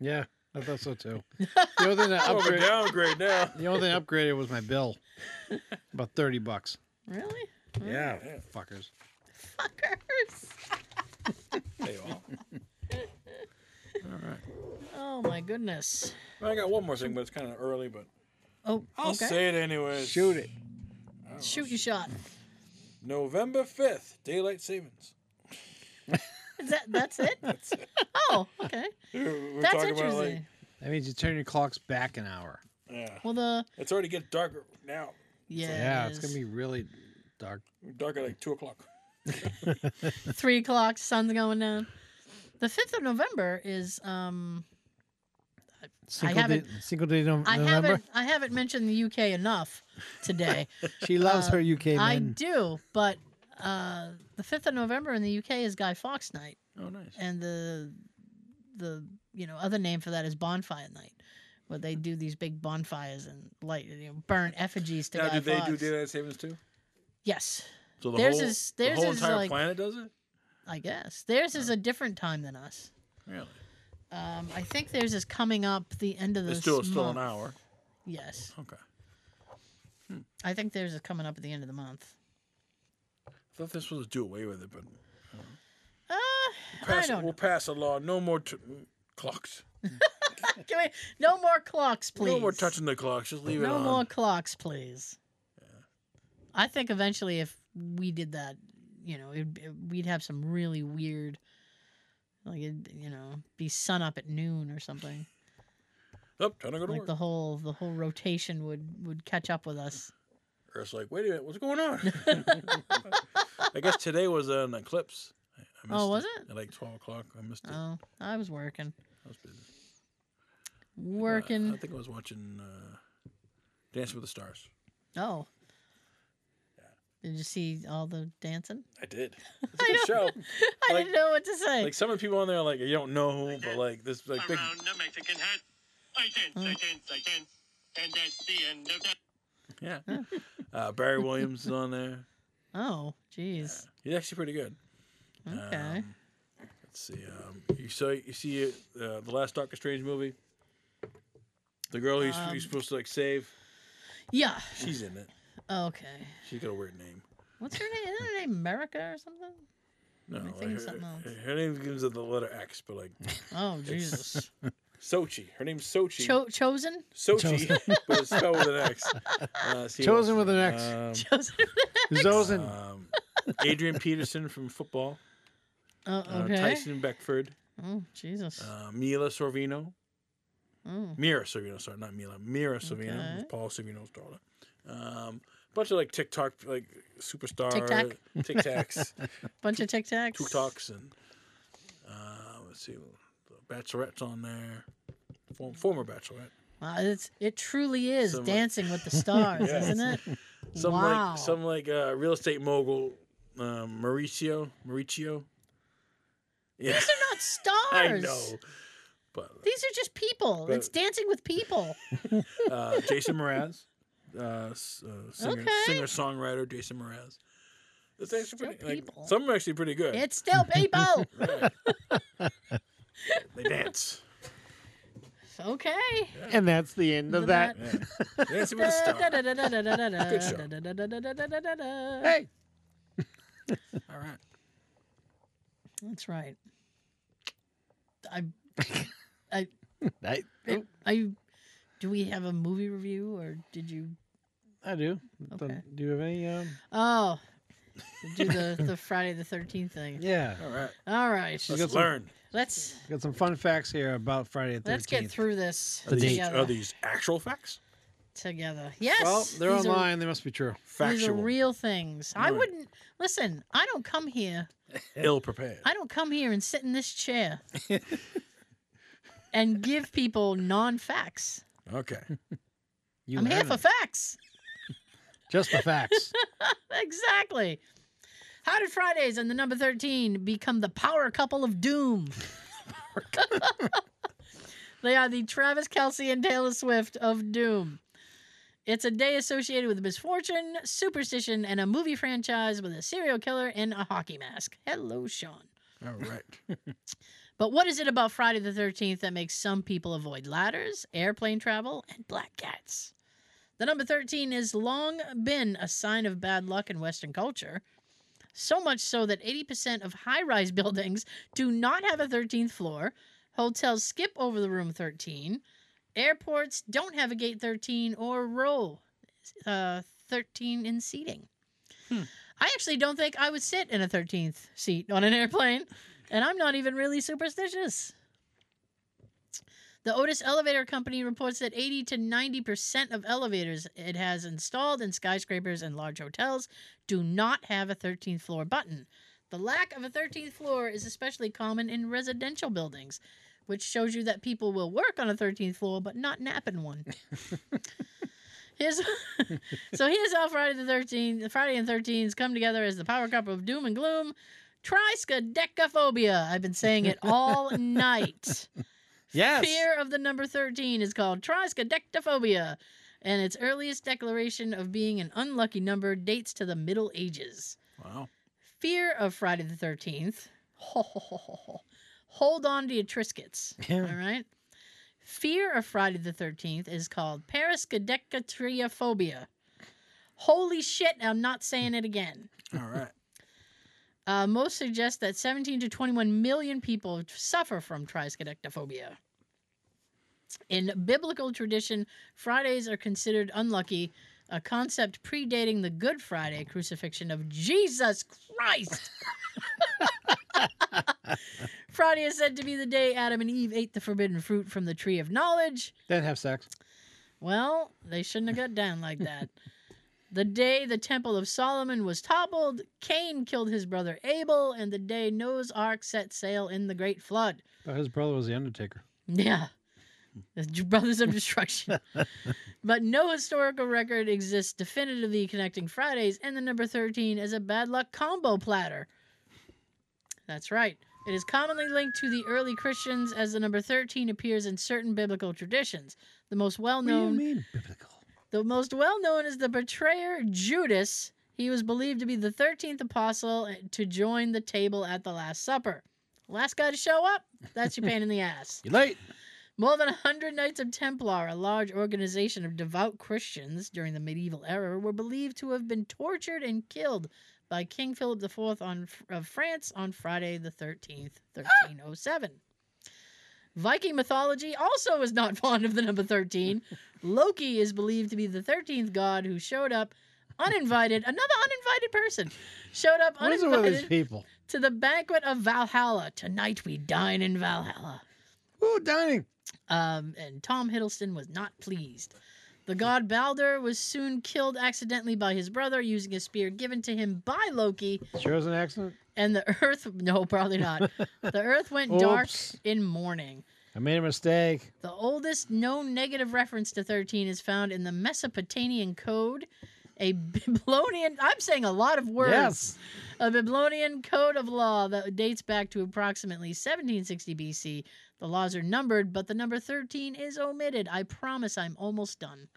D: Yeah, I thought so too. The only thing that
C: Oh, we're
D: upgrade,
C: downgrade now.
D: the only thing I upgraded was my bill, about thirty bucks.
B: Really?
D: Yeah,
C: Yeah.
D: fuckers.
B: Fuckers.
C: They all. All right.
B: Oh my goodness.
C: Well, I got one more thing, but it's kind of early, but
B: Oh,
C: I'll
B: okay.
C: say it anyways.
D: Shoot it.
B: Shoot your shot.
C: November 5th, daylight savings.
B: Is that that's it? Oh, okay.
C: We We're
B: That's
C: talking
B: interesting.
C: about, like,
D: That means you turn your clocks back an hour.
C: yeah.
B: well, the
C: It's already getting darker now.
B: yeah,
D: Yeah,
B: it
D: it's gonna
B: is.
D: be really dark.
C: Darker like 2 o'clock.
B: three o'clock. Sun's going down. The fifth of November is um.
D: Cinco
B: haven't-
D: de, Cinco de Nov-
B: I
D: November.
B: haven't I haven't mentioned the UK enough today.
D: She loves
B: uh,
D: her UK
B: I
D: men.
B: do, but uh, the fifth of November in the UK is Guy Fawkes Night,
C: Oh, nice.
B: and the the you know other name for that is Bonfire Night, where they do these big bonfires and light you know, burn effigies to
C: Now,
B: Guy
C: do they do
B: Fawkes.
C: daylight savings too?
B: Yes,
C: So the
B: Theirs
C: whole,
B: is-
C: the
B: theirs
C: whole
B: is,
C: entire
B: like-
C: planet does it?
B: I guess theirs is a different time than us.
C: Really?
B: Um, I think theirs is coming up the end of this
C: It's still, it's still
B: month.
C: an hour.
B: Yes,
C: Okay.
B: I think theirs is coming up at the end of the month.
C: I thought this was to do away with it, but
B: Uh,
C: pass,
B: I don't.
C: we'll pass a law. No more t- clocks.
B: know. Can we, no more clocks, please.
C: No more touching the clocks. Just leave it
B: No
C: on.
B: more clocks, please. I think eventually, if we did that, you know, it'd, it, we'd have some really weird, like it'd, you know, be sun up at noon or something.
C: Oh, time to go to
B: Like
C: work.
B: the whole the whole rotation would would catch up with us.
C: Earth's like, wait a minute, what's going on? I guess today was an eclipse. I, I
B: Oh, was
C: missed
B: it?
C: At like 12 o'clock. I missed it.
B: Oh, I was working,
C: I was busy. Uh,
B: working.
C: I think I was watching uh, Dancing with the Stars.
B: Oh. Did you see all the dancing?
C: I did. It's a good show.
B: I
C: Like-
B: didn't know what to say.
C: Like some of the people on there, are like you don't know who, but like this, like big.
H: around the Mexican hat. I dance, I dance, I dance, and that's the end of that.
C: Yeah. Uh, Barry Williams is on there.
B: oh, jeez.
C: He's actually pretty good.
B: Okay.
C: Um, let's see. Um, you saw you see uh, the last Doctor Strange movie. The girl he's,
B: Um,
C: he's supposed to like save.
B: yeah.
C: She's in it.
B: Okay.
C: She's got a weird name.
B: What's her name? Isn't her name America or something?
C: No,
B: I
C: like,
B: think it's
C: her,
B: something else.
C: her name gives it the letter X, but like
B: Oh, Jesus.
C: Sochi. Her name's Sochi.
B: Cho- chosen?
C: Sochi, but it's spelled with an X. Uh, see what
D: Chosen
C: else-
D: with an X.
B: Chosen.
D: Zosen.
C: Um, um, Adrian Peterson from football.
B: Oh,
C: Uh,
B: okay.
C: Tyson Beckford.
B: Oh, Jesus.
C: Uh, Mila Sorvino.
B: Oh,
C: Mira Sorvino, sorry, not Mila. Mira Sorvino,
B: Okay.
C: who's Paul Sorvino's daughter. Um, bunch of like TikTok, like superstar
B: Tic-tac.
C: Tic Tacs,
B: bunch of Tic Tacs.
C: TikToks, and uh, let's see, the Bachelorette's on there. Form, former Bachelorette.
B: Wow, it's, it truly is
C: Some, like-
B: Dancing with the Stars,
C: Yeah.
B: isn't it?
C: Some
B: wow.
C: like some like uh, real estate mogul, um, Mauricio, Mauricio. Yeah,
B: These are not
C: I
B: stars.
C: know. But
B: These are just people.
C: But-
B: it's dancing with people.
C: uh, Jason Mraz, uh, s- uh, singer,
B: Okay.
C: singer songwriter Jason Mraz. It's actually
B: Still
C: pretty. Like,
B: people.
C: some are actually pretty good.
B: It's still people.
C: They dance.
B: okay.
D: and that's the end of that.
C: Dancing with the Stars. Good show.
B: That's
D: Hey,
C: All right.
B: right. I, I,
D: I, oh,
B: I. Do we have a movie review, or did you?
D: I do.
B: Okay.
D: Do you have any? Um,
B: Oh, do the the Friday the Thirteenth thing.
D: yeah,
C: All right.
B: All right.
D: You
C: Let's
D: got some-
C: learn.
B: Let's
D: got some fun facts here about Friday the Thirteenth.
B: let's get through this
D: The date.
C: Are
B: together.
C: these actual facts?
B: Together. Yes.
D: Well, they're
B: these are-
D: online. They must be true.
B: These are
C: Factual.
B: real things. I
C: Right.
B: wouldn't listen. I don't come here.
C: Ill prepared.
B: I don't come here and sit in this chair and give people non-facts.
C: Okay.
D: You
B: I'm here
D: learn
B: for
D: them.
B: facts.
D: just the facts.
B: Exactly. How did Fridays and the number 13 become the power couple of doom? they are the Travis Kelsey and Taylor Swift of doom. It's a day associated with misfortune, superstition, and a movie franchise with a serial killer in a hockey mask. Hello, Sean.
C: All right.
B: But what is it about Friday the 13th that makes some people avoid ladders, airplane travel, and black cats? The number 13 has long been a sign of bad luck in Western culture, so much so that 80% of high rise buildings do not have a 13th floor, Hotels skip over the room 13. Airports don't have a gate 13 or row uh, 13 in seating. I actually don't think I would sit in a 13th seat on an airplane, and I'm not even really superstitious. The Otis Elevator Company reports that 80 to 90% of elevators it has installed in skyscrapers and large hotels do not have a 13th floor button. The lack of a 13th floor is especially common in residential buildings, which shows you that people will work on a 13th floor but not nap in one. Here's, so here's how Friday the 13th, Friday and 13s come together as the power couple of doom and gloom. Triskaidekaphobia. I've been saying it all night.
I: Yes.
B: Fear of the number 13 is called triskaidekaphobia, and its earliest declaration of being an unlucky number dates to the Middle Ages.
C: Wow.
B: Fear of Friday the 13th. Hold on to your Triscuits. All right? Fear of Friday the 13th is called paraskedecatriophobia. Holy shit, I'm not saying it again.
C: All right.
B: Uh, most suggest that 17 to 21 million people suffer from triskaidectophobia. In biblical tradition, Fridays are considered unlucky, a concept predating the Good Friday crucifixion of Jesus Christ. Friday is said to be the day Adam and Eve ate the forbidden fruit from the tree of knowledge.
I: Then have sex.
B: Well, they shouldn't have got down like that. The day the Temple of Solomon was toppled, Cain killed his brother Abel, and the day Noah's Ark set sail in the Great Flood.
D: Thought his brother was the Undertaker.
B: Yeah. The d- Brothers of Destruction. but no historical record exists definitively connecting Fridays and the number 13 as a bad luck combo platter. That's right. It is commonly linked to the early Christians as the number 13 appears in certain biblical traditions. The most well known
D: mean biblical?
B: the most well known is the betrayer Judas. He was believed to be the 13th apostle eh, to join the table at the Last Supper. Last guy to show up? That's your pain in the ass.
I: You late?
B: More than 100 Knights of Templar, a large organization of devout Christians during the medieval era, were believed to have been tortured and killed by King Philip IV on, of France on Friday the 13th, 1307. Viking mythology also is not fond of the number 13. Loki is believed to be the 13th god who showed up uninvited, another uninvited person, showed up
I: What is it with these
B: uninvited
I: people?
B: to the banquet of Valhalla. Tonight we dine in Valhalla.
I: Ooh, dining.
B: Um, and Tom Hiddleston was not pleased. The god Balder was soon killed accidentally by his brother using a spear given to him by Loki,
I: Sure was an accident.
B: and the earth no, probably not. The earth went dark
I: Oops.
B: in mourning.
I: I made a mistake.
B: The oldest known negative reference to 13 is found in the Mesopotamian Code, a Babylonian, I'm saying a lot of words,
I: Yes.
B: a Babylonian code of law that dates back to approximately 1760 BC. The laws are numbered, but the number 13 is omitted. I promise I'm almost done.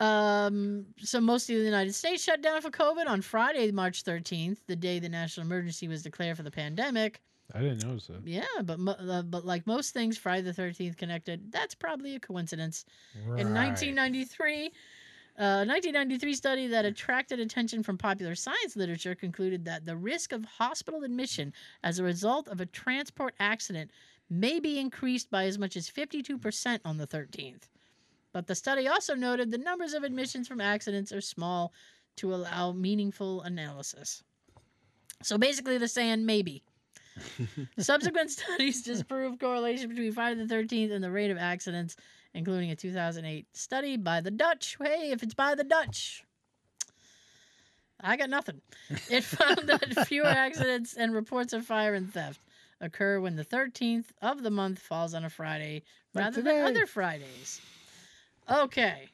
B: um, so, most of the United States shut down for COVID on Friday, March 13th, the day the national emergency was declared for the pandemic.
D: I didn't notice that.
B: Yeah, but mo- uh, but like most things, Friday the Thirteenth connected. That's probably a coincidence. In 1993, uh, 1993 study that attracted attention from popular science literature concluded that the risk of hospital admission as a result of a transport accident may be increased by as much as 52 percent on the 13th. But the study also noted the numbers of admissions from accidents are small to allow meaningful analysis. So basically, they're saying maybe. Subsequent studies disprove correlation between Friday the 13th and the rate of accidents, including a 2008 study by the Dutch. Hey, if it's by the Dutch, I got nothing. It found that fewer accidents and reports of fire and theft occur when the 13th of the month falls on a Friday
I: Like
B: rather
I: today.
B: than other Fridays. Okay,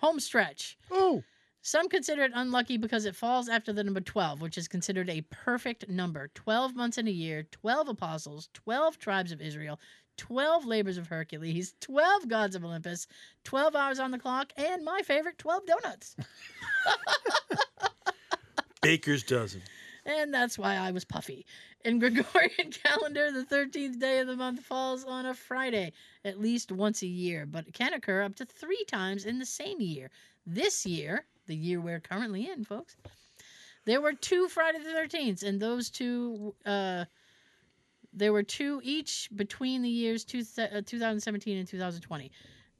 B: home stretch.
I: Ooh.
B: Some consider it unlucky because it falls after the number 12, which is considered a perfect number 12 months in a year, 12 apostles, 12 tribes of Israel, 12 labors of Hercules, 12 gods of Olympus, 12 hours on the clock, and my favorite, 12 donuts.
C: Baker's dozen.
B: And that's why I was puffy. In Gregorian calendar, the 13th day of the month falls on a Friday, at least once a year, but it can occur up to three times in the same year. This year, the year we're currently in, folks, there were two Friday the 13th, and those two, uh, There were two each between the years two, uh, 2017 and 2020.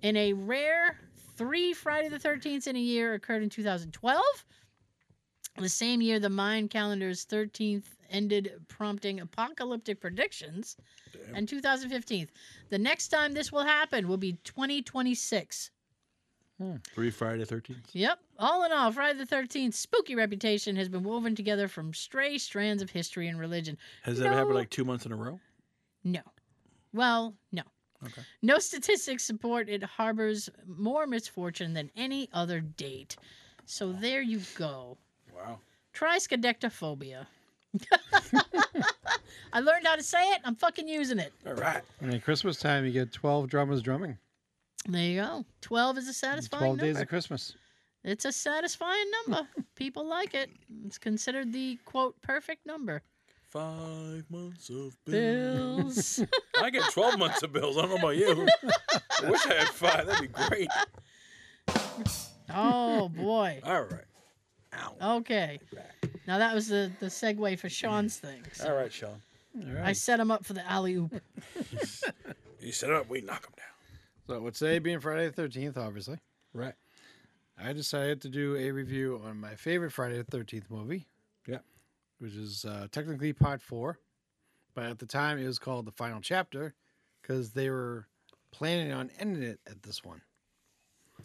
B: In a rare three Friday the 13th in a year occurred in 2012. The same year, the Mayan calendar's 13th ended, prompting apocalyptic predictions. And 2015. The next time this will happen will be 2026.
C: Three Friday Thirteenth.
B: Yep. All in all, Friday the 13th, spooky reputation has been woven together from stray strands of history and religion.
C: Has that ever happened
B: No.
C: like two months in a row?
B: No. Well, no.
C: Okay.
B: No statistics support it harbors more misfortune than any other date. So there you go.
C: Wow.
B: Try scadectophobia. I learned how to say it. I'm fucking using it.
C: All right.
I: And at Christmas time, you get 12 drummers drumming.
B: There you go. 12 is a
I: 12
B: satisfying number.
I: days of Christmas.
B: It's a satisfying number. People like it. It's considered the quote perfect number.
C: Five months of bills.
B: Bills.
C: I get twelve months of bills. I don't know about you. I wish I had five. That'd be great.
B: oh boy.
C: All right. Ow.
B: Okay. Now that was the, the segue for Sean's thing. So
C: All right, Sean.
B: I set him up for the alley oop.
C: You set it up. We knock him down.
D: So with today being Friday the 13th, obviously,
I: Right.
D: I decided to do a review on my favorite Friday the 13th movie.
I: Yeah.
D: Which is uh, technically part four, but at the time it was called The Final Chapter because they were planning on ending it at this one.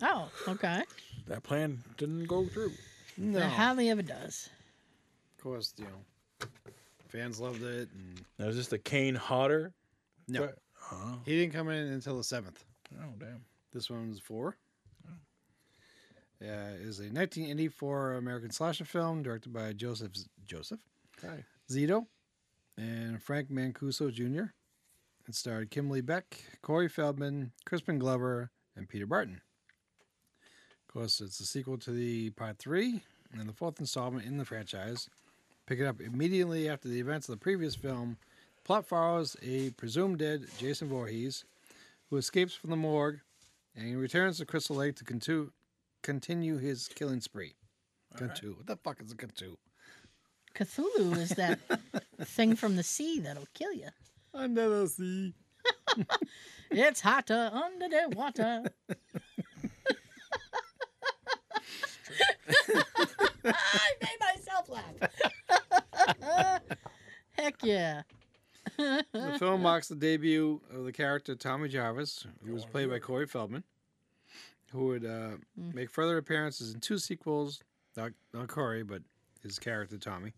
B: Oh, okay.
C: That plan didn't go through.
D: No.
B: It hardly ever does.
D: Of course, you know, fans loved it. And
C: Now is this the Kane Hodder?
D: no.
C: But- Oh.
D: He didn't come in until the seventh.
C: Oh damn.
D: This one's four. Uh, is a 1984 American slasher film directed by Joseph Joseph
C: Okay.
D: Zito and Frank Mancuso Jr. It starred Kim Lee Beck, Corey Feldman, Crispin Glover, and Peter Barton. Of course, it's the sequel to the part three and then the fourth installment in the franchise. Pick it up immediately after the events of the previous film. Plot follows a presumed dead Jason Voorhees, who escapes from the morgue and he returns to Crystal Lake to contu- continue his killing spree. Contu. What the fuck is a contu?
B: Cthulhu is that thing from the sea that'll kill you.
D: Under the sea.
B: It's hotter under the water. I made myself laugh. Heck yeah.
D: the film marks the debut of the character Tommy Jarvis, who was played by Corey Feldman, who would uh, make further appearances in two sequels. Not, not Corey, but his character Tommy.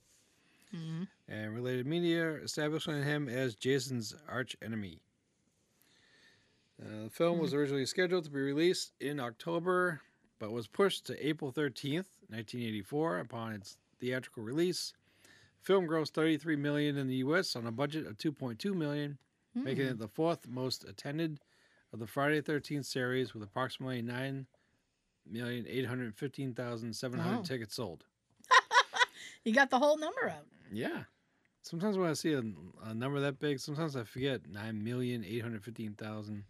B: Mhm.
D: And related media establishing him as Jason's arch enemy. Uh, the film was originally scheduled to be released in October, but was pushed to April 13th, 1984, upon its theatrical release. Film grossed 33 million in the U.S. on a budget of 2.2 million,
B: Hmm.
D: making
B: Mm.
D: it the fourth most attended of the Friday the 13th series, with approximately 9,815,700
B: Wow.
D: tickets sold.
B: You got the whole number out.
D: Yeah. Sometimes when I see a, a number that big, sometimes I forget 9,815,000.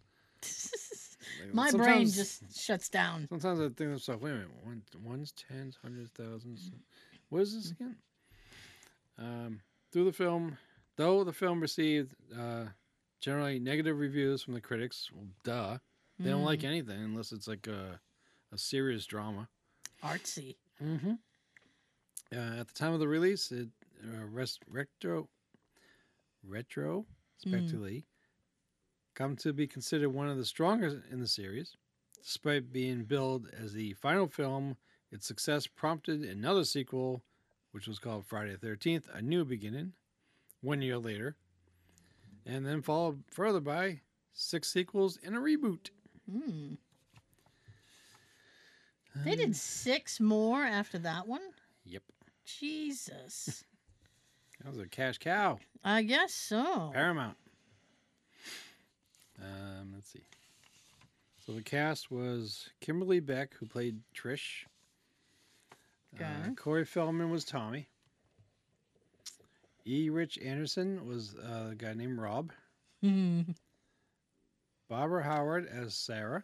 D: Like,
B: My brain
D: sometimes-
B: just shuts down.
D: Sometimes I think to myself, wait a minute, one, one's tens, hundreds, thousands.
B: Mm.
D: What is this again? Um, through the film, though the film received uh, generally negative reviews from the critics, well, duh, they
B: Hmm.
D: don't like anything unless it's like a, a serious drama.
B: Artsy.
D: Mm-hmm. Uh, at the time of the release, it uh, rest, retro, retro, spectacly, come to be considered one of the strongest in the series. Despite being billed as the final film, its success prompted another sequel, which was called Friday the Thirteenth: A New Beginning, one year later, and then followed further by six sequels and a reboot.
B: Mm. They did six more after that one.
D: Yep,
B: Jesus.
D: that was a cash cow.
B: I guess so.
D: Paramount. Um, let's see. So the cast was Kimberly Beck, who played Trish. Uh,
B: Okay.
D: Corey Feldman was Tommy. E. Rich Anderson was uh, a guy named Rob.
B: Mm.
D: Barbara Howard as Sarah.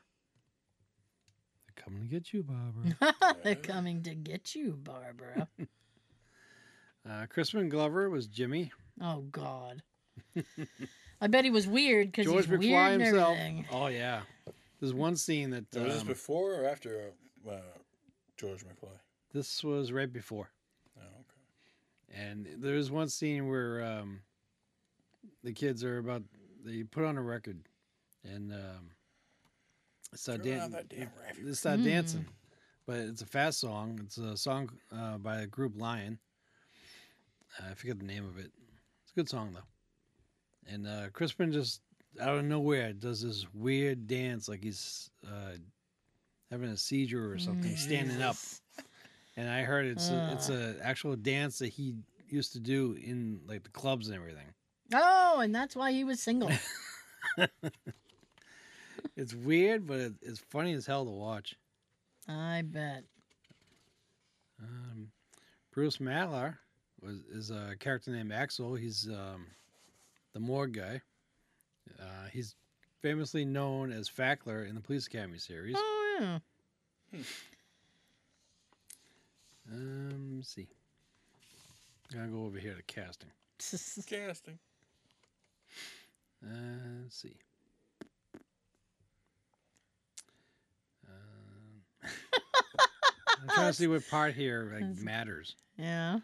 D: They're coming to get you, Barbara.
B: They're coming to get you, Barbara.
D: uh, Crispin Glover was Jimmy.
B: Oh God. I bet he was weird because
D: George
B: he's weird
D: McFly
B: and
D: himself.
B: everything.
D: Oh yeah. There's one scene that
C: Now, was this
D: um,
C: before or after uh, uh, George McFly?
D: this was right before.
C: Oh, okay.
D: And there's one scene where um, the kids are about they put on a record, and um, they start,
C: Throw out
D: dan-
C: that damn record.
D: they start dancing. But it's a fast song. It's a song uh, by the group Lion. Uh, I forget the name of it. It's a good song though. And uh, Crispin just out of nowhere does this weird dance like he's uh, having a seizure or
B: Hmm.
D: something, standing up and I heard it's a, it's a actual dance that he used to do in like the clubs and everything.
B: Oh, and that's why he was single.
D: It's weird, but it, it's funny as hell to watch.
B: I bet.
D: Um, Bruce Maller was is a character named Axel. He's um, the morgue guy. Uh, he's famously known as Fackler in the Police Academy series.
B: Oh yeah.
D: Um, let's see. Gotta go over here to casting.
C: Casting.
D: Uh, let's see. Uh, I'm trying to see what part here like matters.
B: yeah.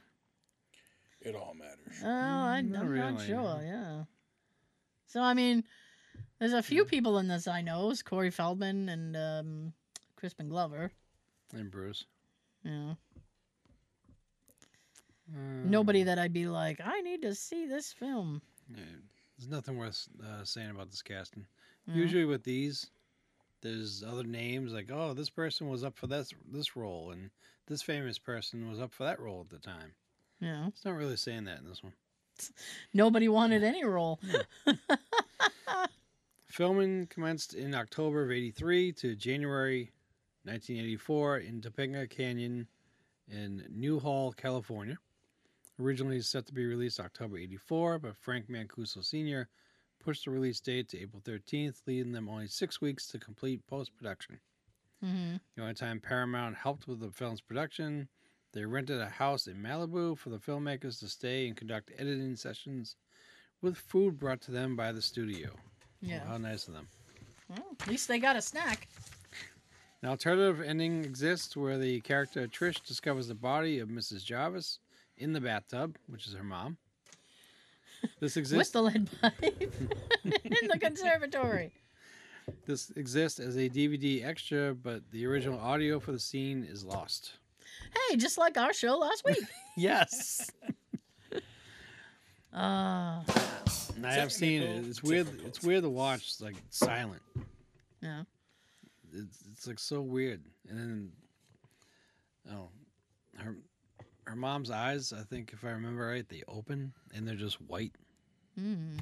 C: It all matters.
B: Oh, I,
D: Mm, not
B: I'm not
D: really.
B: sure. Yeah. So I mean, there's a few people in this I know. It's Corey Feldman and um, Crispin Glover.
D: And Bruce.
B: Yeah.
D: Um,
B: Nobody that I'd be like, I need to see this film.
D: yeah, There's nothing worth uh, saying about this casting.
B: Yeah.
D: Usually with these, there's other names like, oh, this person was up for this this role, and this famous person was up for that role at the time.
B: Yeah.
D: It's not really saying that in this one.
B: Nobody wanted any role.
D: Filming commenced in October of 83 to January 1984 in Topanga Canyon in Newhall, California. Originally set to be released October 84, but Frank Mancuso Sr. pushed the release date to April 13th, leaving them only six weeks to complete post production.
B: hmm
D: The only time Paramount helped with the film's production, they rented a house in Malibu for the filmmakers to stay and conduct editing sessions with food brought to them by the studio.
B: Yeah.
D: How nice of them.
B: Well, at least they got a snack.
D: An alternative ending exists where the character Trish discovers the body of Mrs. Jarvis in the bathtub, which is her mom.
B: With
D: This exists.
B: the lead pipe in the conservatory.
D: This exists as a DVD extra, but the original audio for the scene is lost.
B: Hey, just like our show last week.
D: Yes,
B: Uh,
D: and I have seen it.
C: Technical
D: It's weird. It's
C: difficulties.
D: weird to watch. It's like silent.
B: yeah.
D: It's, it's like so weird. And then, oh, her her mom's eyes. I think if I remember right, they open and they're just white.
B: Mm.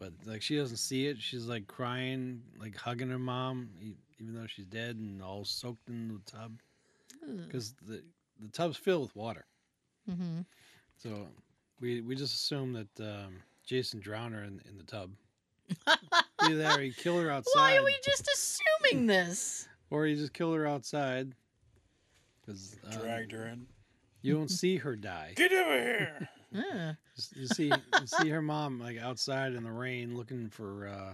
D: but like she doesn't see it. She's like crying, like hugging her mom, e- even though she's dead and all soaked in the tub, because the the tub's filled with water.
B: Mm-hmm.
D: So we we just assume that um, Jason drowned her in, in the tub. Either that or he killed her
B: Why
D: outside,
B: are we just assuming this?
D: or he just killed her outside. Because
C: Dragged her in.
D: you don't see her die.
C: Get over here!
B: Yeah.
D: Just- You see, you see her mom like outside in the rain looking for uh,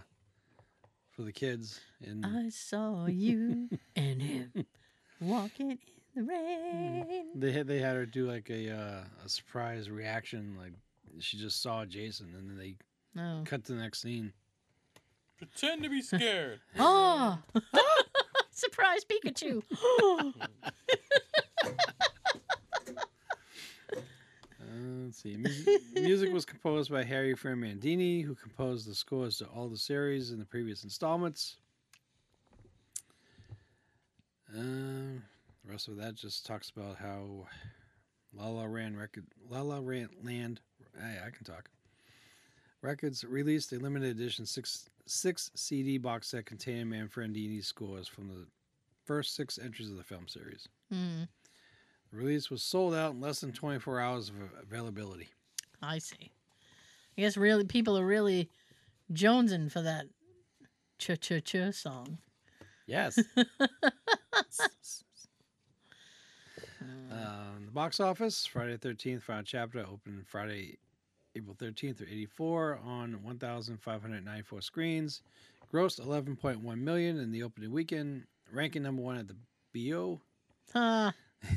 D: for the kids, and
B: I saw you Mm. and him Mm. walking in the rain.
D: They had they had her do like a uh, a surprise reaction, like she just saw Jason, and then they
B: Oh.
D: cut to the next scene.
E: Pretend to be scared.
B: Ah! Surprise Pikachu.
D: Uh, let's see. Music, music was composed by Harry Fermandini, who composed the scores to all the series in the previous installments. Um, the rest of that just talks about how La La Land record La La Ran- Land. Hey, I can talk. Records released a limited edition six six CD box set containing Manfredini's scores from the first six entries of the film series.
B: Mm,
D: The release was sold out in less than 24 hours of availability.
B: I see. I guess really people are really jonesing for that ch ch ch song.
D: Yes. um, the box office, Friday 13th, final chapter, opened Friday, April 13th of 84 on 1,594 screens. Grossed 11.1 million in the opening weekend, ranking number one at the BO.
B: Huh. Ah.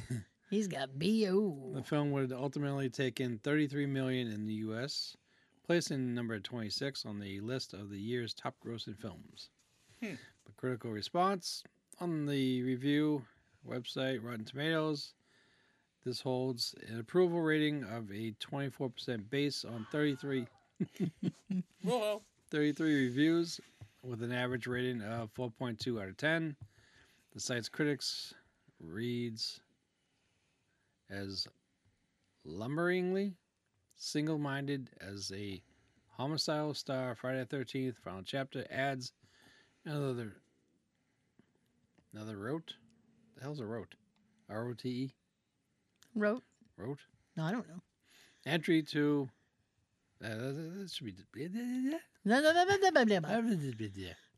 B: He's got BO.
D: The film would ultimately take in 33 million in the U.S., placing number 26 on the list of the year's top-grossing films. The critical response on the review website Rotten Tomatoes. This holds an approval rating of a 24% based on 33
E: Well,
D: 33 reviews with an average rating of 4.2 out of 10. The site's critics reads as lumberingly single-minded as a homicidal star Friday the 13th final chapter adds another another rote the hell's a rote R-O-T-E
B: Wrote?
D: rote
B: No, I don't know.
D: entry to uh, that that should be
B: Blah, blah, blah, blah, blah, blah, blah.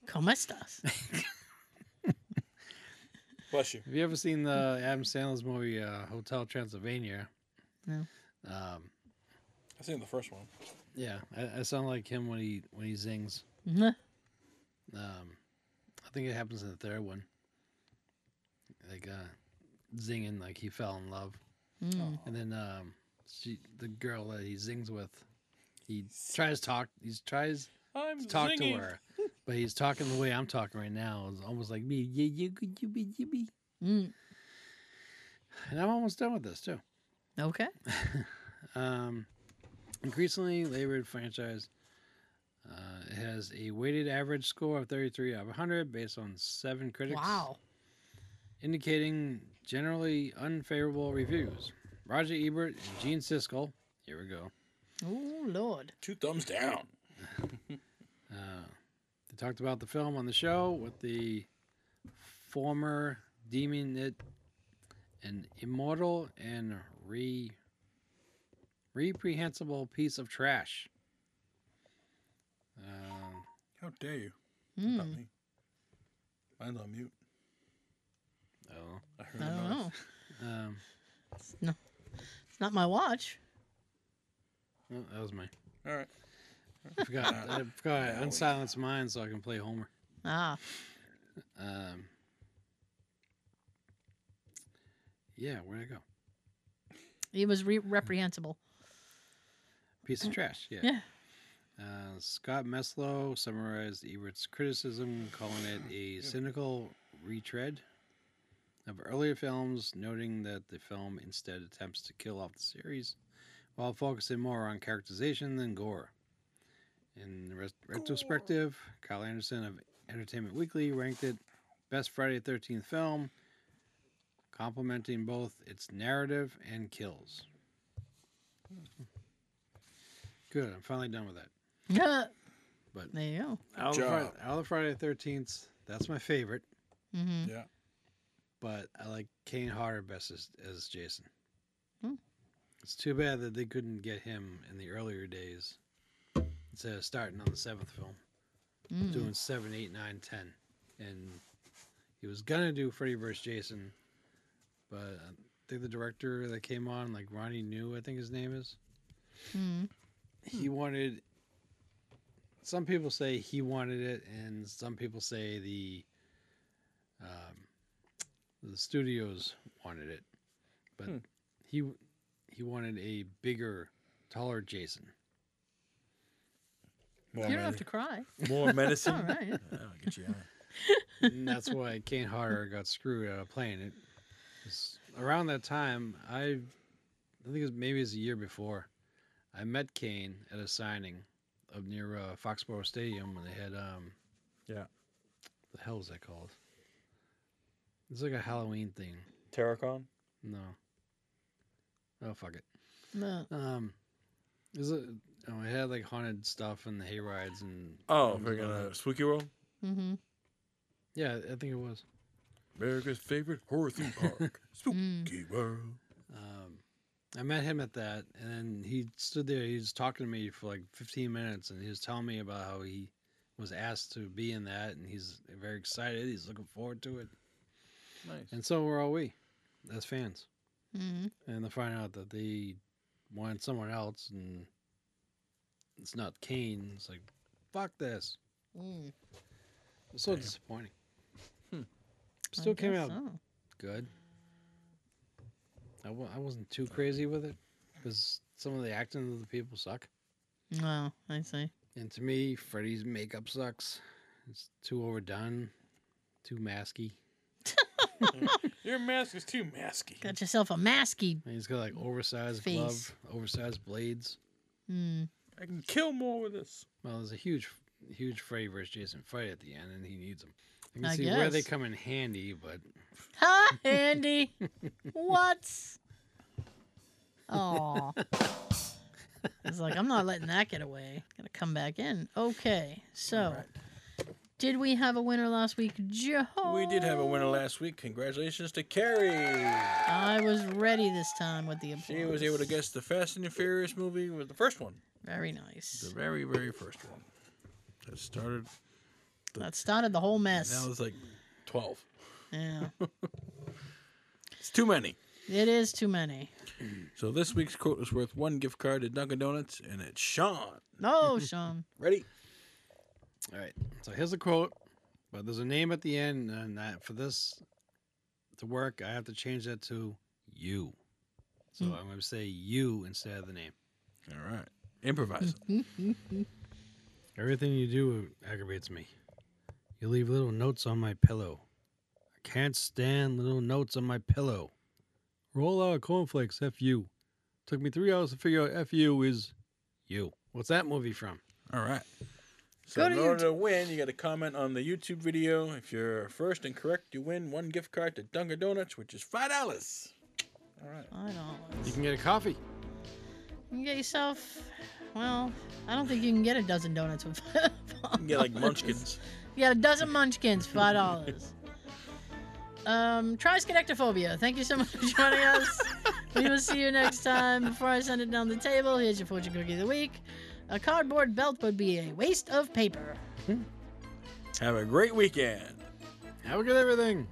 B: ¿Cómo estás?
C: Bless you.
D: Have you ever seen the Adam Sandler's movie uh, Hotel Transylvania?
B: No.
D: Um,
C: I seen the first one.
D: yeah, I, I sound like him when he when he zings.
B: Nah.
D: Um, I think it happens in the third one. Like uh, zinging, like he fell in love,
B: Mm.
D: and then um, she, the girl that he zings with, he tries to talk. He tries
E: I'm
D: to talk
E: zinging.
D: to her, but he's talking the way I'm talking right now. It's almost like me. Yeah, you, you, you, be, you, be.
B: Mm.
D: And I'm almost done with this too.
B: Okay.
D: Um, increasingly labored franchise. Uh, it has a weighted average score of 33 out of 100 based on seven critics,
B: Wow.
D: indicating generally unfavorable reviews. Roger Ebert and Gene Siskel, here we go,
B: Oh, Lord.
C: Two thumbs down.
D: uh, they talked about the film on the show with the former deeming it an immortal and re reprehensible piece of trash. Uh,
C: How dare you? Not
B: Mm.
C: me. Mine's on mute.
D: oh,
C: I
B: I
C: heard
B: don't
C: mine.
B: know.
D: um,
B: It's not my watch.
D: oh, that was my.
C: All right.
D: I forgot. I forgot. I
C: we-
D: unsilenced mine so I can play Homer.
B: Ah.
D: Um, yeah, where'd I go?
B: It was re- reprehensible.
D: Piece of trash. Yeah.
B: Yeah.
D: Uh, Scott Meslow summarized Ebert's criticism, calling it a cynical retread of earlier films, noting that the film instead attempts to kill off the series while focusing more on characterization than gore. In res- retrospective, Kyle Anderson of Entertainment Weekly ranked it best Friday the 13th film, complimenting both its narrative and kills. Good, I'm finally done with that.
B: Yeah.
D: But-
B: there you go.
D: Out of, Friday,
C: job.
D: Out of Friday the 13th, that's my favorite,
B: Mm-hmm.
C: Yeah.
D: but I like Kane Hodder best as, as Jason.
B: Hmm.
D: It's too bad that they couldn't get him in the earlier days instead of starting on the seventh film,
B: Mm.
D: doing seven, eight, nine, ten. And he was going to do Freddy vs. Jason, but uh, I think the director that came on, like Ronnie New, I think his name is,
B: Mm.
D: he wanted some people say he wanted it and some people say the um, the studios wanted it but
E: Hmm.
D: he he wanted a bigger taller jason
C: More,
B: You don't have
C: medi-
B: to cry.
C: more
B: It's all
C: medicine.
B: right.
C: I'll get you out.
D: and that's why kane Hodder got screwed out of playing it 'Cause around that time i i think it was maybe it was a year before i met kane at a signing up near uh, foxborough stadium when they had um
C: Yeah.
D: the hell was that called? It's like a Halloween thing.
C: Terracon.
D: No. Oh fuck it.
B: No.
D: Um, is it? Oh, it had like haunted stuff and the hay rides and
C: Oh, we're gonna Squeaky World.
B: Mm-hmm.
D: yeah, I think it was.
C: America's favorite horror theme park. Spooky
B: Mm.
C: World.
D: Um, I met him at that, and then he stood there. He was talking to me for like 15 minutes, and he was telling me about how he was asked to be in that, and he's very excited. He's looking forward to it,
E: Nice.
D: and so were all we, as fans.
B: Mm-hmm.
D: and they find out that they wanted someone else and It's not Kane. It's like, fuck this.
B: Mm,
D: It's so disappointing. Still
B: Hmm. I
D: came
B: guess
D: out
B: so.
D: good. I w- I wasn't too crazy with it because some of the acting of the people suck.
B: No, I see.
D: And to me, Freddy's makeup sucks. It's too overdone, too masky.
E: Your mask is too masky.
B: Got yourself a masky.
D: And he's got like oversized
B: Face.
D: glove, oversized blades.
B: Mm.
E: I can kill more with this.
D: Well, there's a huge, huge Freddy versus Jason fight at the end, and he needs them. I can
B: I
D: see where they
B: guess.
D: come in handy, but
B: Ha, Andy. what? Oh. It's like I'm not letting that get away. Gotta come back in. Okay, so did we have a winner last week, Joe?
C: We did have a winner last week. Congratulations to Carrie.
B: I was ready this time with the applause.
C: She was able to guess the Fast and the Furious movie was the first one,
B: very
C: the
B: nice.
C: very very first one. That started.
B: That started the whole
C: That
B: mess.
C: was like twelve.
B: Yeah,
C: It's too many.
B: it is too many.
C: So this week's quote is worth one gift card to Dunkin' Donuts, and it's Sean.
B: No, Sean.
C: Ready?
D: all right. So here's a quote, but there's a name at the end, and that for this to work, I have to change that to you. So I'm going to say you instead of the name.
C: All right. Improvise.
D: Everything you do aggravates me. You leave little notes on my pillow. I can't stand little notes on my pillow. Roll out of cornflakes, F you. Took me three hours to figure out F you is you. What's that movie from?
C: All right. So
B: Go
C: in
B: to
C: order to win, you got to comment on the YouTube video. If you're first and correct, you win one gift card to Dunkin' Donuts, which is five dollars.
B: I don't.
D: You can get a coffee.
B: You can get yourself. Well, I don't think you can get a dozen donuts with five
C: You get like munchkins.
B: You got a dozen munchkins, five dollars. um, try schenectophobia. Thank you so much for joining us. we will see you next time. Before I send it down the table, here's your fortune cookie of the week. A cardboard belt would be a waste of paper.
C: Have a great weekend.
D: Have a good everything.